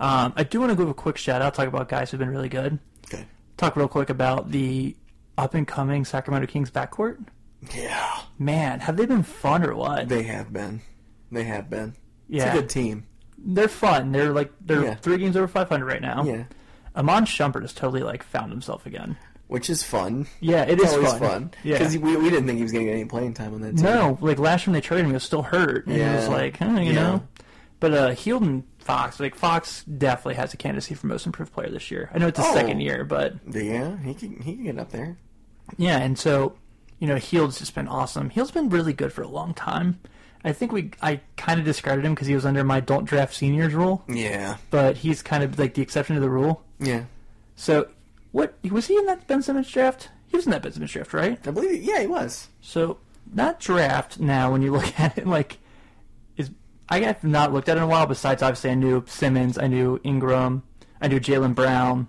[SPEAKER 1] Um, I do want to give a quick shout out. Talk about guys who've been really good.
[SPEAKER 4] Okay.
[SPEAKER 1] Talk real quick about the up and coming Sacramento Kings backcourt.
[SPEAKER 4] Yeah.
[SPEAKER 1] Man, have they been fun or what?
[SPEAKER 4] They have been. They have been.
[SPEAKER 1] yeah,
[SPEAKER 4] It's a good team.
[SPEAKER 1] they're fun. They're like they're
[SPEAKER 4] Yeah.
[SPEAKER 1] three games over 500 right now.
[SPEAKER 4] Yeah.
[SPEAKER 1] Amon Shumpert has totally like found himself again.
[SPEAKER 4] Which is fun.
[SPEAKER 1] Yeah, it
[SPEAKER 4] It's
[SPEAKER 1] is
[SPEAKER 4] always
[SPEAKER 1] fun.
[SPEAKER 4] fun.
[SPEAKER 1] Yeah.
[SPEAKER 4] Because we, we didn't think he was going to get any playing time on that team.
[SPEAKER 1] No, like last time they traded him, he was still hurt, and it was
[SPEAKER 4] Yeah.
[SPEAKER 1] like, huh, you
[SPEAKER 4] Yeah.
[SPEAKER 1] know. But uh, Heald and Fox, like Fox, definitely has a candidacy for most improved player this year. I know it's his
[SPEAKER 4] Oh.
[SPEAKER 1] second year, but
[SPEAKER 4] Yeah, he can, he can get up there.
[SPEAKER 1] yeah, and so you know, Heald's just been awesome. Heald's been really good for a long time. I think we I kind of discarded him because he was under my don't draft seniors rule,
[SPEAKER 4] Yeah.
[SPEAKER 1] but he's kind of like the exception to the rule.
[SPEAKER 4] Yeah.
[SPEAKER 1] So what was he in that Ben Simmons draft? He was in that Ben Simmons draft, right?
[SPEAKER 4] I believe. Yeah, he was.
[SPEAKER 1] So that draft now, when you look at it, like is I have not looked at it in a while. Besides, obviously, I knew Simmons, I knew Ingram, I knew Jalen Brown.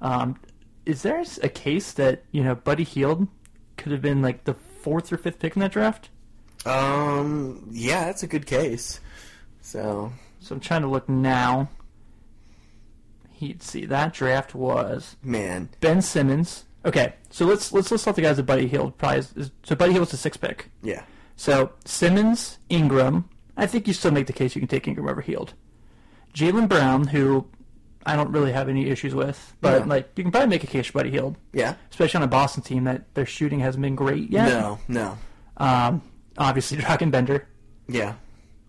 [SPEAKER 1] Um, is there a case that you know Buddy Heald could have been like the fourth or fifth pick in that draft?
[SPEAKER 4] Um. Yeah, that's a good case. So
[SPEAKER 1] So I'm trying to look now. He'd see that draft was
[SPEAKER 4] man,
[SPEAKER 1] Ben Simmons. Okay, so let's let's list off the guys that Buddy Hield probably is, is- so Buddy Hield's a six pick.
[SPEAKER 4] yeah,
[SPEAKER 1] So Simmons, Ingram. I think you still make the case you can take Ingram over Heald. Jalen Brown, who I don't really have any issues with, but
[SPEAKER 4] Yeah.
[SPEAKER 1] like you can probably make a case for Buddy Hield,
[SPEAKER 4] yeah.
[SPEAKER 1] especially on a Boston team that their shooting hasn't been great yet.
[SPEAKER 4] No, no,
[SPEAKER 1] Um, obviously, Dragon Bender,
[SPEAKER 4] yeah,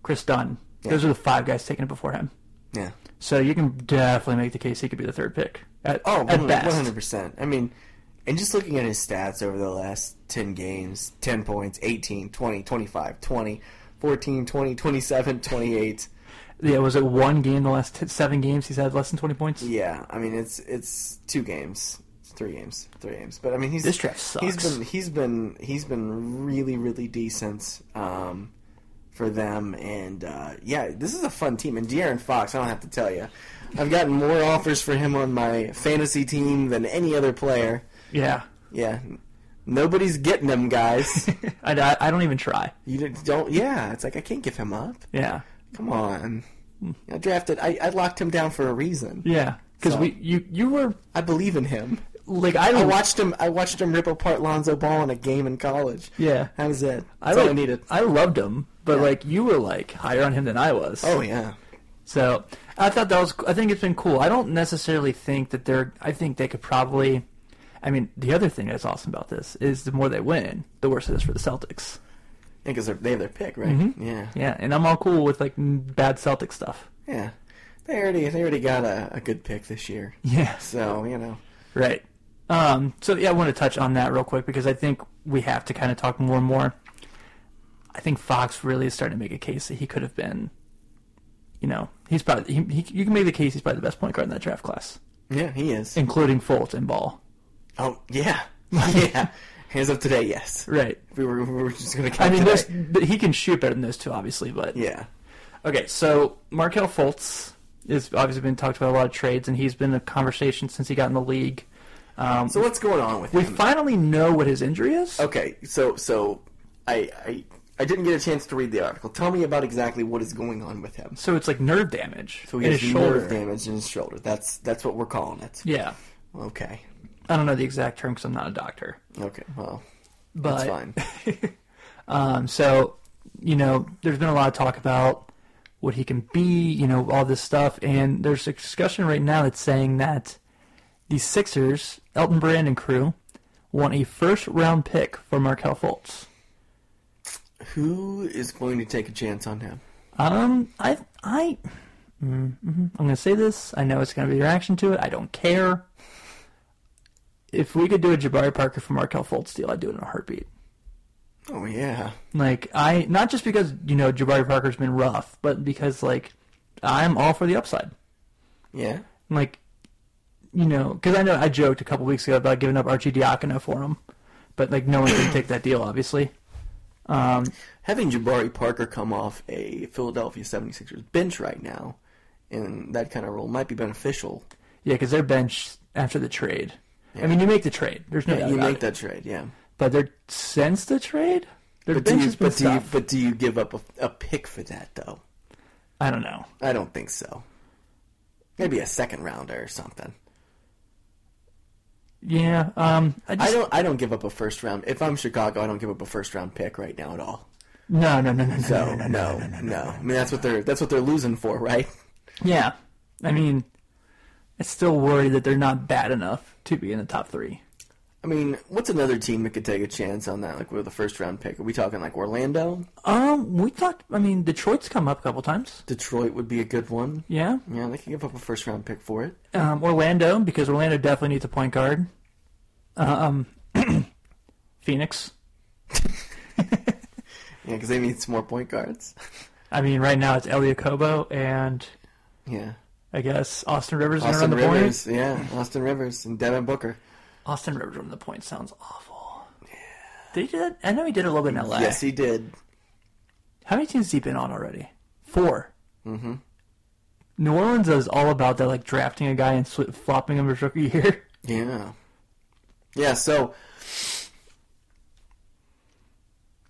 [SPEAKER 1] Chris Dunn. Those are the five guys taking it before him.
[SPEAKER 4] yeah.
[SPEAKER 1] So you can definitely make the case he could be the third pick. At,
[SPEAKER 4] Oh,
[SPEAKER 1] at
[SPEAKER 4] one
[SPEAKER 1] best.
[SPEAKER 4] hundred percent. I mean, and just looking at his stats over the last ten games: ten points, 18, 20, 25, 20, 14, 20, 27, 28.
[SPEAKER 1] Yeah, was it one game the last t- seven games he's had less than 20 points?
[SPEAKER 4] Yeah, I mean it's it's two games, it's three games, three games. But I mean he's
[SPEAKER 1] This draft
[SPEAKER 4] He's
[SPEAKER 1] sucks.
[SPEAKER 4] been he's been he's been really really decent um, for them, and uh, yeah, this is a fun team. And De'Aaron Fox, I don't have to tell you, I've gotten more offers for him on my fantasy team than any other player.
[SPEAKER 1] Yeah.
[SPEAKER 4] Yeah, nobody's getting them guys.
[SPEAKER 1] I, I, I don't even try.
[SPEAKER 4] you didn't- don't. Yeah, it's like I can't give him up.
[SPEAKER 1] Yeah.
[SPEAKER 4] Come on. I drafted. I, I locked him down for a reason.
[SPEAKER 1] Hmm. Yeah. Because
[SPEAKER 4] So-
[SPEAKER 1] we you you were
[SPEAKER 4] I believe in him.
[SPEAKER 1] like I
[SPEAKER 4] I
[SPEAKER 1] don't
[SPEAKER 4] watched him. I watched him rip apart Lonzo Ball in a game in college.
[SPEAKER 1] Yeah.
[SPEAKER 4] that was it.
[SPEAKER 1] I,
[SPEAKER 4] That's all I
[SPEAKER 1] like-
[SPEAKER 4] needed.
[SPEAKER 1] I loved him, but like you were like higher on him than I was.
[SPEAKER 4] Oh yeah,
[SPEAKER 1] So I thought that was. I think it's been cool. I don't necessarily think that they're. I think they could probably. I mean, the other thing that's awesome about this is the more they win, the worse it is for the Celtics.
[SPEAKER 4] because they have their pick, right? Yeah,
[SPEAKER 1] Yeah, and I'm all cool with like n- bad Celtic stuff.
[SPEAKER 4] yeah. They already they already got a, a good pick this year.
[SPEAKER 1] Yes.
[SPEAKER 4] So you know,
[SPEAKER 1] Right. Um, so yeah, I want to touch on that real quick because I think we have to kind of talk more and more. I think Fox really is starting to make a case that he could have been, you know, he's probably he, he, you can make the case he's probably the best point guard in that draft class,
[SPEAKER 4] yeah, he is.
[SPEAKER 1] including Folt and Ball.
[SPEAKER 4] Oh yeah, yeah. Hands up today, yes.
[SPEAKER 1] Right.
[SPEAKER 4] We were, we were just gonna.
[SPEAKER 1] I
[SPEAKER 4] Count
[SPEAKER 1] mean,
[SPEAKER 4] today.
[SPEAKER 1] there's, th- he can shoot better than those two, obviously, but
[SPEAKER 4] yeah,
[SPEAKER 1] okay. So Markel Fultz is obviously been talked about a lot of trades, and he's been a conversation since he got in the league. Um,
[SPEAKER 4] So what's going on with
[SPEAKER 1] we
[SPEAKER 4] him?
[SPEAKER 1] finally know what his injury is.
[SPEAKER 4] okay, so so I I I didn't get a chance to read the article. Tell me about exactly what is going on with him.
[SPEAKER 1] So it's like nerve damage
[SPEAKER 4] So he
[SPEAKER 1] in
[SPEAKER 4] has
[SPEAKER 1] his shoulder.
[SPEAKER 4] nerve damage in his shoulder. That's that's what we're calling it.
[SPEAKER 1] Yeah.
[SPEAKER 4] Okay.
[SPEAKER 1] I don't know the exact term because I'm not a doctor.
[SPEAKER 4] Okay. Well,
[SPEAKER 1] But
[SPEAKER 4] that's fine.
[SPEAKER 1] Um, so, you know, there's been a lot of talk about what he can be, you know, all this stuff. And there's a discussion right now that's saying that the Sixers, Elton Brand and crew, want a first round pick for Markel Fultz.
[SPEAKER 4] Who is going to take a chance on him?
[SPEAKER 1] Um, I, I, mm, mhm. I'm gonna say this. I know it's gonna be your reaction to it. I don't care. If we could do a Jabari Parker for Markel Fultz deal, I'd do it in a heartbeat.
[SPEAKER 4] Oh yeah.
[SPEAKER 1] Like I not just because you know Jabari Parker's been rough, but because like I'm all for the upside.
[SPEAKER 4] Yeah.
[SPEAKER 1] Like you know, because I know I joked a couple weeks ago about giving up Archie Diacono for him, but like no one can take that deal, obviously. Um,
[SPEAKER 4] Having Jabari Parker come off a Philadelphia 76ers bench right now in that kind of role might be beneficial.
[SPEAKER 1] yeah, because their bench after the trade. I mean, you make the trade. There's no doubt
[SPEAKER 4] you
[SPEAKER 1] about
[SPEAKER 4] make
[SPEAKER 1] it.
[SPEAKER 4] that trade, yeah.
[SPEAKER 1] But they're since the trade, their
[SPEAKER 4] But do,
[SPEAKER 1] bench
[SPEAKER 4] you,
[SPEAKER 1] has been
[SPEAKER 4] but, do you,
[SPEAKER 1] tough.
[SPEAKER 4] but do you give up a, a pick for that, though?
[SPEAKER 1] I don't know.
[SPEAKER 4] I don't think so. Maybe a second rounder or something.
[SPEAKER 1] Yeah. Um. I just
[SPEAKER 4] I don't. I don't give up a first round. If I'm Chicago, I don't give up a first round pick right now at all.
[SPEAKER 1] no no no no no.
[SPEAKER 4] So no, no, I mean, that's what they're. That's what they're losing for, right?
[SPEAKER 1] Yeah. I mean, I still worry that they're not bad enough to be in the top three.
[SPEAKER 4] I mean, what's another team that could take a chance on that? Like with a first round pick? Are we talking like Orlando?
[SPEAKER 1] Um, we talked. I mean, Detroit's come up a couple times.
[SPEAKER 4] Detroit would be a good one.
[SPEAKER 1] Yeah.
[SPEAKER 4] Yeah, they can give up a first round pick for it.
[SPEAKER 1] Um, Orlando because Orlando definitely needs a point guard. Um, Phoenix.
[SPEAKER 4] Yeah, because they need some more point guards.
[SPEAKER 1] I mean, right now it's Elia Kobo and
[SPEAKER 4] Yeah.
[SPEAKER 1] I guess Austin Rivers are on
[SPEAKER 4] Austin
[SPEAKER 1] the
[SPEAKER 4] Rivers.
[SPEAKER 1] point.
[SPEAKER 4] Yeah, Austin Rivers and Devin Booker.
[SPEAKER 1] Austin Rivers on the point sounds awful. Did he do that? I know he did a little bit in LA.
[SPEAKER 4] Yes, he did.
[SPEAKER 1] How many teams has he been on already? 4 Mm-hmm. New Orleans is all about that, like drafting a guy and sw- flopping him his rookie year.
[SPEAKER 4] Yeah. Yeah, so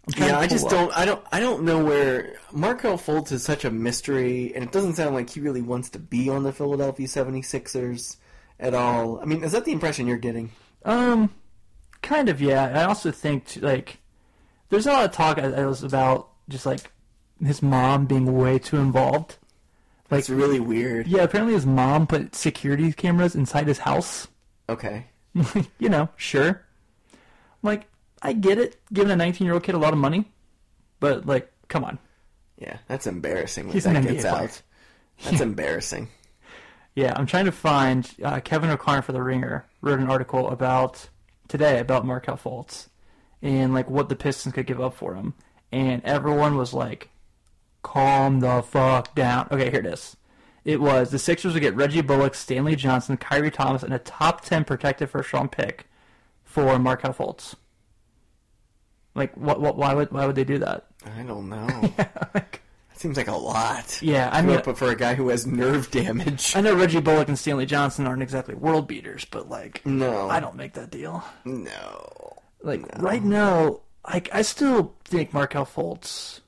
[SPEAKER 1] I'm trying
[SPEAKER 4] yeah,
[SPEAKER 1] to
[SPEAKER 4] I
[SPEAKER 1] pull
[SPEAKER 4] just
[SPEAKER 1] up.
[SPEAKER 4] don't I don't I don't know where Markel Fultz is such a mystery and it doesn't sound like he really wants to be on the Philadelphia 76ers at all. I mean, is that the impression you're getting?
[SPEAKER 1] Um, kind of, yeah. And I also think too, like there's a lot of talk that was about just like his mom being way too involved.
[SPEAKER 4] It's really weird.
[SPEAKER 1] Yeah, apparently his mom put security cameras inside his house.
[SPEAKER 4] Okay.
[SPEAKER 1] you know, sure. I'm like, I get it, giving a 19 year old kid a lot of money, but like, come on.
[SPEAKER 4] Yeah, that's embarrassing when
[SPEAKER 1] He's an
[SPEAKER 4] that
[SPEAKER 1] NBA
[SPEAKER 4] gets
[SPEAKER 1] player.
[SPEAKER 4] out. That's embarrassing.
[SPEAKER 1] Yeah, I'm trying to find uh, Kevin O'Connor for The Ringer wrote an article about today about Markel Fultz and like what the Pistons could give up for him, and everyone was like, "Calm the fuck down." Okay, here it is. It was the Sixers would get Reggie Bullock, Stanley Johnson, Kyrie Thomas, and a top ten protected first round pick for Markel Fultz. Like, what? What? Why would? Why would they do that?
[SPEAKER 4] I don't know. that seems like a lot.
[SPEAKER 1] Yeah, I
[SPEAKER 4] I mean,
[SPEAKER 1] mean,
[SPEAKER 4] but for a guy who has nerve damage.
[SPEAKER 1] I know Reggie Bullock and Stanley Johnson aren't exactly world beaters, but like,
[SPEAKER 4] No.
[SPEAKER 1] I don't make that deal.
[SPEAKER 4] No.
[SPEAKER 1] Like right now, like I still think Markel Fultz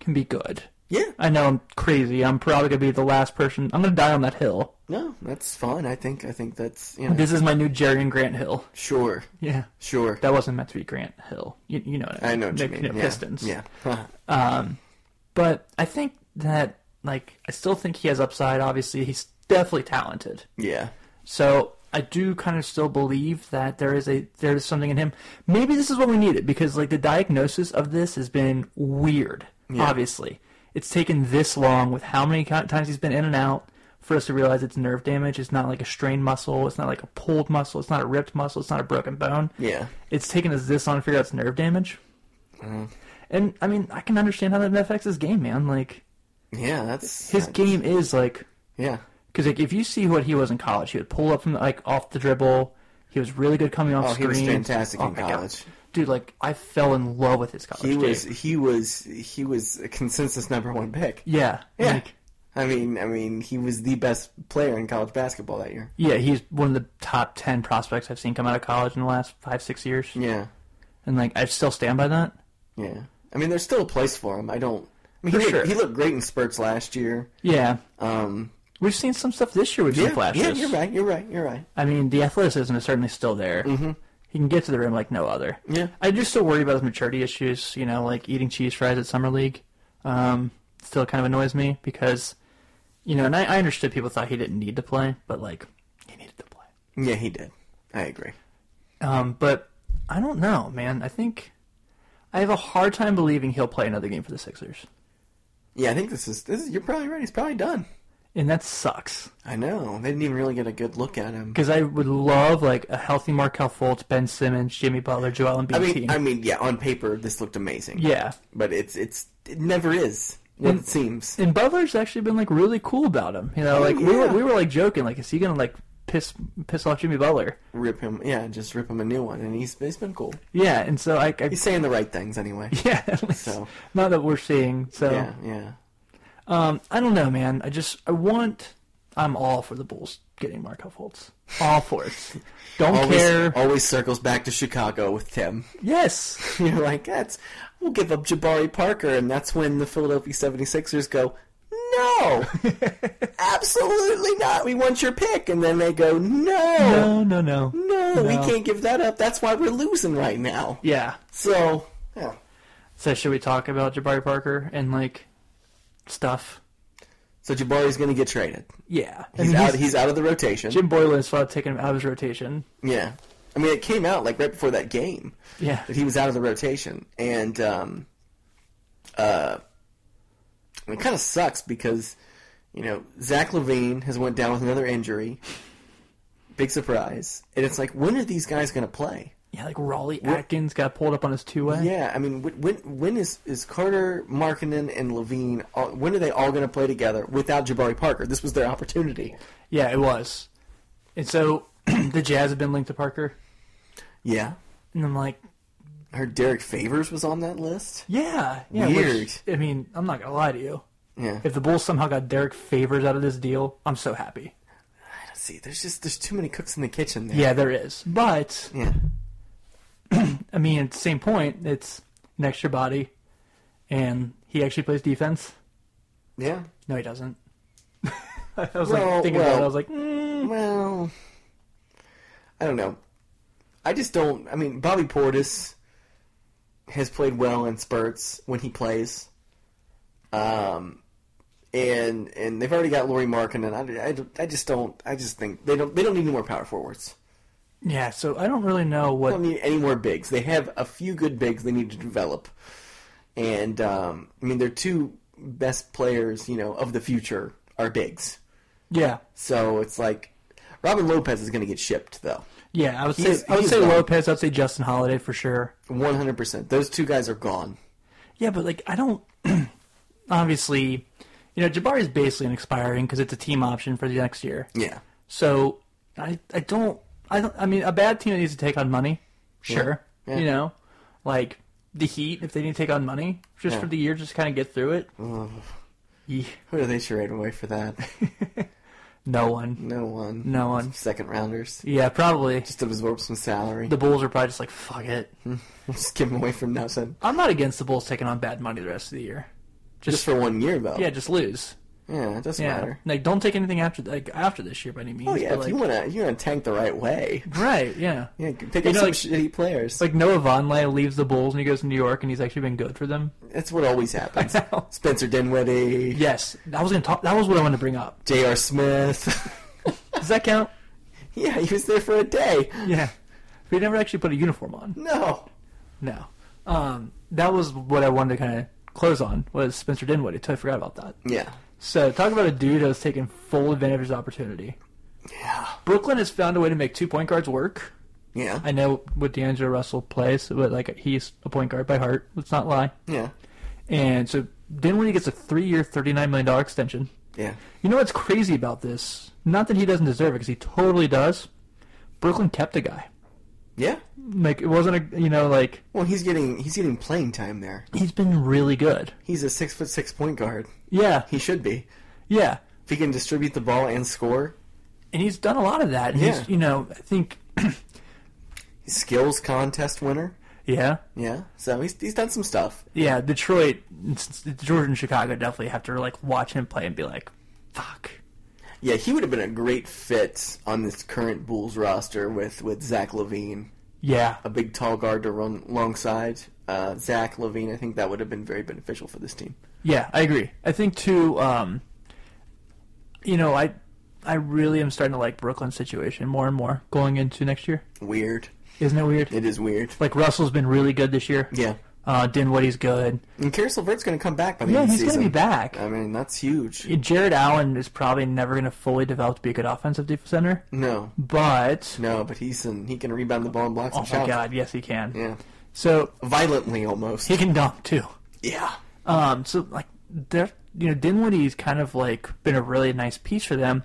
[SPEAKER 1] can be good.
[SPEAKER 4] Yeah.
[SPEAKER 1] I know I'm crazy. I'm probably gonna be the last person. I'm gonna die on that hill.
[SPEAKER 4] No, that's fine. I think I think that's you know
[SPEAKER 1] This is my new Jerry and Grant Hill.
[SPEAKER 4] sure.
[SPEAKER 1] Yeah,
[SPEAKER 4] Sure.
[SPEAKER 1] that wasn't meant to be Grant Hill. You, you know what I mean?
[SPEAKER 4] I know what you
[SPEAKER 1] Like,
[SPEAKER 4] mean.
[SPEAKER 1] know,
[SPEAKER 4] yeah.
[SPEAKER 1] Pistons.
[SPEAKER 4] Yeah. Huh.
[SPEAKER 1] but I think that like I still think he has upside. Obviously, he's definitely talented.
[SPEAKER 4] Yeah.
[SPEAKER 1] So I do kind of still believe that there is a there is something in him. Maybe this is what we needed because like the diagnosis of this has been weird. Obviously, it's taken this long with how many co- times he's been in and out for us to realize it's nerve damage. It's not like a strained muscle. It's not like a pulled muscle. It's not a ripped muscle. It's not a broken bone.
[SPEAKER 4] Yeah.
[SPEAKER 1] It's taken us this long to figure out it's nerve damage. And I mean, I can understand how that affects his game, man. Like
[SPEAKER 4] Yeah, that's
[SPEAKER 1] his
[SPEAKER 4] that-
[SPEAKER 1] game is like
[SPEAKER 4] Yeah.
[SPEAKER 1] because like if you see what he was in college, he would pull up from the, like off the dribble. He was really good coming off
[SPEAKER 4] Oh, he
[SPEAKER 1] screen.
[SPEAKER 4] was fantastic in
[SPEAKER 1] my God.
[SPEAKER 4] college.
[SPEAKER 1] dude. Like I fell in love with his college.
[SPEAKER 4] He was
[SPEAKER 1] tape.
[SPEAKER 4] he was he was a consensus number one pick.
[SPEAKER 1] yeah,
[SPEAKER 4] Yeah.
[SPEAKER 1] Like,
[SPEAKER 4] I mean I mean he was the best player in college basketball that year.
[SPEAKER 1] yeah. He's one of the top ten prospects I've seen come out of college in the last five six years,
[SPEAKER 4] Yeah.
[SPEAKER 1] and like I still stand by that.
[SPEAKER 4] Yeah. I mean there's still a place for him. I don't I mean he
[SPEAKER 1] For
[SPEAKER 4] looked,
[SPEAKER 1] sure.
[SPEAKER 4] he looked great in spurts last year.
[SPEAKER 1] Yeah,
[SPEAKER 4] Um
[SPEAKER 1] we've seen some stuff this year with some
[SPEAKER 4] yeah,
[SPEAKER 1] flashes.
[SPEAKER 4] yeah, you're right, you're right, you're right.
[SPEAKER 1] I mean, the athleticism is certainly still there. Mm-hmm. He can get to the rim like no other.
[SPEAKER 4] Yeah.
[SPEAKER 1] I do still worry about his maturity issues. You know, like eating cheese fries at summer league, um, still kind of annoys me because, you know, and I, I understood people thought he didn't need to play, but like he needed to play.
[SPEAKER 4] Yeah, he did. I agree.
[SPEAKER 1] Um, but I don't know, man. I think I have a hard time believing he'll play another game for the Sixers,
[SPEAKER 4] Yeah, I think this is this is you're probably right, he's probably done.
[SPEAKER 1] and that sucks
[SPEAKER 4] I know. They didn't even really get a good look at him.
[SPEAKER 1] because I would love like a healthy Markel Fultz, Ben Simmons, Jimmy Butler, Joel Embiid
[SPEAKER 4] I
[SPEAKER 1] team.
[SPEAKER 4] mean, I mean, yeah, on paper this looked amazing.
[SPEAKER 1] yeah,
[SPEAKER 4] but it's it's it never is what it seems.
[SPEAKER 1] and Butler's actually been like really cool about him. You know, like we were
[SPEAKER 4] Oh, yeah.
[SPEAKER 1] we were like joking, like is he gonna like piss piss off Jimmy Butler?
[SPEAKER 4] Rip him, yeah, just rip him a new one, and he's he's been cool.
[SPEAKER 1] Yeah, and so I, I
[SPEAKER 4] He's saying the right things anyway.
[SPEAKER 1] yeah, at least
[SPEAKER 4] So.
[SPEAKER 1] not that we're seeing. So
[SPEAKER 4] Yeah, yeah,
[SPEAKER 1] um, I don't know, man. I just I want. I'm all for the Bulls getting Marco Fultz. All for it. Don't
[SPEAKER 4] always
[SPEAKER 1] care.
[SPEAKER 4] always circles back to Chicago with Tim.
[SPEAKER 1] Yes.
[SPEAKER 4] You're like, that's we'll give up Jabari Parker, and that's when the Philadelphia 76ers go. No, absolutely not. We want your pick, and then they go,
[SPEAKER 1] No,
[SPEAKER 4] no,
[SPEAKER 1] no, no.
[SPEAKER 4] no, we
[SPEAKER 1] No.
[SPEAKER 4] can't give that up. That's why we're losing right now.
[SPEAKER 1] Yeah.
[SPEAKER 4] So, yeah.
[SPEAKER 1] So should we talk about Jabari Parker and like stuff?
[SPEAKER 4] So Jabari's going to get traded.
[SPEAKER 1] Yeah. I
[SPEAKER 4] He's
[SPEAKER 1] mean,
[SPEAKER 4] out. He's out of the rotation.
[SPEAKER 1] Jim Boylan is about taking him out of his rotation.
[SPEAKER 4] yeah, I mean, it came out like right before that game
[SPEAKER 1] Yeah.
[SPEAKER 4] that he was out of the rotation, and um, uh, it kind of sucks because you know Zach Levine has went down with another injury, big surprise, and it's like when are these guys going to play?
[SPEAKER 1] Yeah, like Raleigh Atkins got pulled up on his two way.
[SPEAKER 4] Yeah, I mean, wh- when when is is Carter, Markkinen, and Levine? All, when are they all going to play together without Jabari Parker? This was their opportunity.
[SPEAKER 1] Yeah, it was. And so the Jazz have been linked to Parker,
[SPEAKER 4] Yeah,
[SPEAKER 1] and I'm like,
[SPEAKER 4] I heard Derek Favors was on that list.
[SPEAKER 1] yeah, yeah. which-
[SPEAKER 4] Weird.
[SPEAKER 1] I mean, I'm not gonna lie to you.
[SPEAKER 4] Yeah,
[SPEAKER 1] If the Bulls somehow got Derek Favors out of this deal, I'm so happy.
[SPEAKER 4] see, there's just there's too many cooks in the kitchen there.
[SPEAKER 1] Yeah, there is, but
[SPEAKER 4] yeah,
[SPEAKER 1] I mean, at the same point, it's an extra body, and he actually plays defense.
[SPEAKER 4] yeah.
[SPEAKER 1] No, he doesn't. I was
[SPEAKER 4] Well,
[SPEAKER 1] like thinking about it.
[SPEAKER 4] well.
[SPEAKER 1] I was like, mm.
[SPEAKER 4] Well, I don't know. I just don't. I mean, Bobby Portis has played well in spurts when he plays. Um, and and they've already got Laurie Markkinen. I, I, I just don't. I just think they don't. They don't need any more power forwards.
[SPEAKER 1] yeah. So I don't really know
[SPEAKER 4] They
[SPEAKER 1] what.
[SPEAKER 4] don't need any more bigs. They have a few good bigs they need to develop. And um, I mean, their two best players, you know, of the future are bigs.
[SPEAKER 1] Yeah,
[SPEAKER 4] So it's like Robin Lopez is going to get shipped though.
[SPEAKER 1] yeah. I would say
[SPEAKER 4] He's-
[SPEAKER 1] I would
[SPEAKER 4] he's
[SPEAKER 1] say
[SPEAKER 4] done.
[SPEAKER 1] Lopez. I'd say Justin Holiday for sure.
[SPEAKER 4] One hundred percent. Those two guys are gone.
[SPEAKER 1] Yeah, but like I don't. obviously, you know Jabari is basically an expiring because it's a team option for the next year.
[SPEAKER 4] Yeah.
[SPEAKER 1] So I I don't I don't I mean a bad team that needs to take on money, sure.
[SPEAKER 4] Yeah.
[SPEAKER 1] You know, like the Heat if they need to take on money just for the year, just kind of get through it. Ye-
[SPEAKER 4] Who do they charade away for that?
[SPEAKER 1] No one.
[SPEAKER 4] No one.
[SPEAKER 1] No one.
[SPEAKER 4] Second rounders.
[SPEAKER 1] Yeah, probably.
[SPEAKER 4] Just absorb some salary.
[SPEAKER 1] The Bulls are probably just like fuck it.
[SPEAKER 4] Just give them away for nothing.
[SPEAKER 1] I'm not against the Bulls taking on bad money the rest of the year.
[SPEAKER 4] Just for one year though.
[SPEAKER 1] Yeah, just lose.
[SPEAKER 4] Yeah, it doesn't
[SPEAKER 1] Yeah,
[SPEAKER 4] matter.
[SPEAKER 1] like don't take anything after like after this year by any means.
[SPEAKER 4] Oh yeah,
[SPEAKER 1] but,
[SPEAKER 4] if
[SPEAKER 1] like,
[SPEAKER 4] you wanna you wanna tank the right way.
[SPEAKER 1] right? Yeah.
[SPEAKER 4] Yeah, pick
[SPEAKER 1] You
[SPEAKER 4] up
[SPEAKER 1] know,
[SPEAKER 4] some
[SPEAKER 1] like-
[SPEAKER 4] shitty players.
[SPEAKER 1] Like Noah Vonleh leaves the Bulls and he goes to New York and he's actually been good for them.
[SPEAKER 4] That's what always happens.
[SPEAKER 1] I know.
[SPEAKER 4] Spencer Dinwiddie,
[SPEAKER 1] Yes, that was gonna talk. That was what I wanted to bring up.
[SPEAKER 4] J.R. Smith.
[SPEAKER 1] Does that count?
[SPEAKER 4] yeah, he was there for a day.
[SPEAKER 1] Yeah. But he never actually put a uniform on.
[SPEAKER 4] No.
[SPEAKER 1] No. Um, that was what I wanted to kind of close on was Spencer Dinwiddie. Totally forgot about that.
[SPEAKER 4] Yeah.
[SPEAKER 1] So talk about a dude that was taking full advantage of his opportunity.
[SPEAKER 4] Yeah.
[SPEAKER 1] Brooklyn has found a way to make two point guards work.
[SPEAKER 4] Yeah.
[SPEAKER 1] I know what D'Angelo Russell plays, but like he's a point guard by heart. Let's not lie.
[SPEAKER 4] yeah.
[SPEAKER 1] And so Dinwiddie gets a three year, thirty nine million dollar extension.
[SPEAKER 4] Yeah.
[SPEAKER 1] You know what's crazy about this? Not that he doesn't deserve it, because he totally does. Brooklyn kept a guy.
[SPEAKER 4] Yeah.
[SPEAKER 1] Like it wasn't a you know like
[SPEAKER 4] Well, he's getting he's getting playing time there.
[SPEAKER 1] he's been really good.
[SPEAKER 4] He's a six foot six point guard.
[SPEAKER 1] Yeah,
[SPEAKER 4] He should be.
[SPEAKER 1] yeah,
[SPEAKER 4] If he can distribute the ball and score,
[SPEAKER 1] and he's done a lot of that. And
[SPEAKER 4] Yeah.
[SPEAKER 1] He's, you know, I think,
[SPEAKER 4] skills contest winner.
[SPEAKER 1] yeah,
[SPEAKER 4] Yeah, so he's, he's done some stuff.
[SPEAKER 1] yeah. Detroit, it's- it's- Georgia, and Chicago definitely have to like watch him play and be like, fuck.
[SPEAKER 4] Yeah, he would have been a great fit on this current Bulls roster with, with Zach Levine,
[SPEAKER 1] Yeah,
[SPEAKER 4] a big tall guard to run alongside uh, Zach Levine. I think that would have been very beneficial for this team.
[SPEAKER 1] yeah, I agree. I think too. Um, you know, I, I really am starting to like Brooklyn's situation more and more going into next year.
[SPEAKER 4] Weird.
[SPEAKER 1] Isn't it weird?
[SPEAKER 4] It is weird.
[SPEAKER 1] like Russell's been really good this year.
[SPEAKER 4] Yeah,
[SPEAKER 1] Uh, Dinwiddie's good.
[SPEAKER 4] and Karis LeVert's going to come back by the
[SPEAKER 1] Yeah,
[SPEAKER 4] end of
[SPEAKER 1] he's
[SPEAKER 4] the
[SPEAKER 1] gonna
[SPEAKER 4] season.
[SPEAKER 1] be back.
[SPEAKER 4] I mean, that's huge.
[SPEAKER 1] Jared Allen is probably never going to fully develop to be a good offensive def- center,
[SPEAKER 4] No,
[SPEAKER 1] but
[SPEAKER 4] no, but he's in, he can rebound the ball and block
[SPEAKER 1] oh
[SPEAKER 4] some
[SPEAKER 1] my
[SPEAKER 4] shots.
[SPEAKER 1] god, yes he can.
[SPEAKER 4] Yeah,
[SPEAKER 1] So
[SPEAKER 4] violently almost.
[SPEAKER 1] he can dunk too.
[SPEAKER 4] yeah,
[SPEAKER 1] Um, so like there, you know, Dinwiddie's kind of like been a really nice piece for them.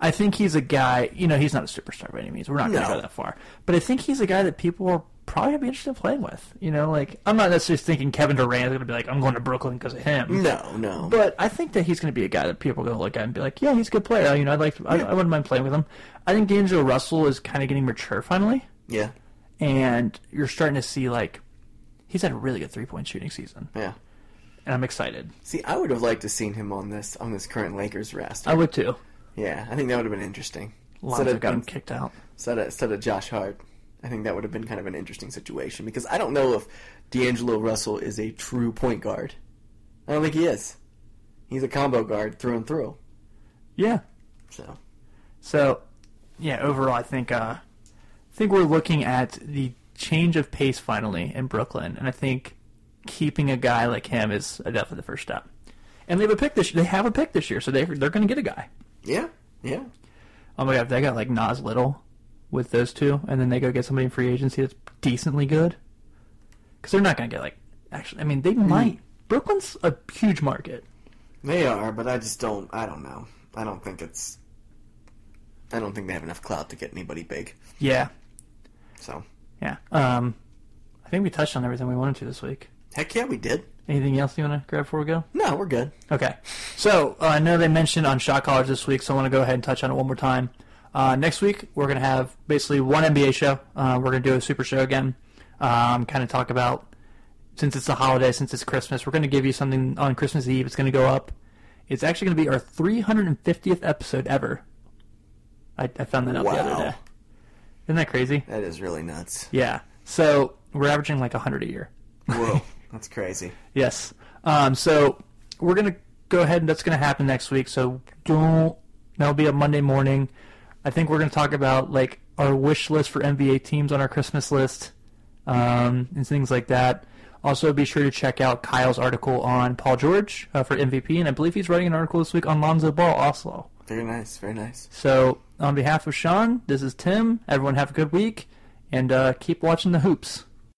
[SPEAKER 1] I think he's a guy. You know, he's not a superstar by any means. We're not going to
[SPEAKER 4] No.
[SPEAKER 1] go that far, but I think he's a guy that people are probably going to be interested in playing with. You know, like I'm not necessarily thinking Kevin Durant is going to be like I'm going to Brooklyn because of him.
[SPEAKER 4] no, no.
[SPEAKER 1] But I think that he's going to be a guy that people are going to look at and be like, yeah, he's a good player. You know, I'd like, to, I, I wouldn't mind playing with him. I think D'Angelo Russell is kind of getting mature finally,
[SPEAKER 4] yeah,
[SPEAKER 1] and you're starting to see like he's had a really good three point shooting season,
[SPEAKER 4] yeah.
[SPEAKER 1] and I'm excited.
[SPEAKER 4] See, I would have liked to seen him on this on this current Lakers roster.
[SPEAKER 1] I would too.
[SPEAKER 4] yeah, I think that would have been interesting.
[SPEAKER 1] Uh, Lonzo
[SPEAKER 4] Instead of-
[SPEAKER 1] got him kicked out.
[SPEAKER 4] instead of, instead of Josh Hart, I think that would have been kind of an interesting situation because I don't know if D'Angelo Russell is a true point guard. I don't think he is. He's a combo guard through and through.
[SPEAKER 1] Yeah.
[SPEAKER 4] So
[SPEAKER 1] So, yeah. Overall, I think uh, I think we're looking at the change of pace finally in Brooklyn, and I think keeping a guy like him is definitely the first step. And they have a pick this. They have a pick this year, so they they're going to get a guy.
[SPEAKER 4] yeah, yeah,
[SPEAKER 1] Oh my god, if they got like Nas Little, with those two, and then they go get somebody in free agency that's decently good. Because they're not going to get like actually. I mean, they might. Brooklyn's a huge market.
[SPEAKER 4] They are, but I just don't. I don't know. I don't think it's. I don't think they have enough clout to get anybody big.
[SPEAKER 1] Yeah,
[SPEAKER 4] So
[SPEAKER 1] yeah. Um, I think we touched on everything we wanted to this week.
[SPEAKER 4] heck yeah, we did.
[SPEAKER 1] Anything else you want to grab before we go?
[SPEAKER 4] No, we're good.
[SPEAKER 1] Okay. So uh, I know they mentioned on shot collars this week, so I want to go ahead and touch on it one more time. Uh, next week we're going to have basically one NBA show. Uh, we're going to do a super show again. Um, kind of talk about since it's a holiday, since it's Christmas, we're going to give you something on Christmas Eve. It's going to go up. It's actually going to be our 350th episode ever. I, I found that out the
[SPEAKER 4] Wow.
[SPEAKER 1] other day. Isn't that crazy?
[SPEAKER 4] That is really nuts.
[SPEAKER 1] Yeah. So we're averaging like 100 a year.
[SPEAKER 4] Whoa, that's crazy.
[SPEAKER 1] Yes. Um, so we're gonna go ahead, and that's gonna happen next week. So don't. That'll be a Monday morning. I think we're gonna talk about like our wish list for NBA teams on our Christmas list, um, and things like that. Also, be sure to check out Kyle's article on Paul George uh, for MVP, and I believe he's writing an article this week on Lonzo Ball also.
[SPEAKER 4] Very nice. Very nice.
[SPEAKER 1] So, on behalf of Sean, this is Tim. Everyone have a good week, and uh, keep watching the hoops.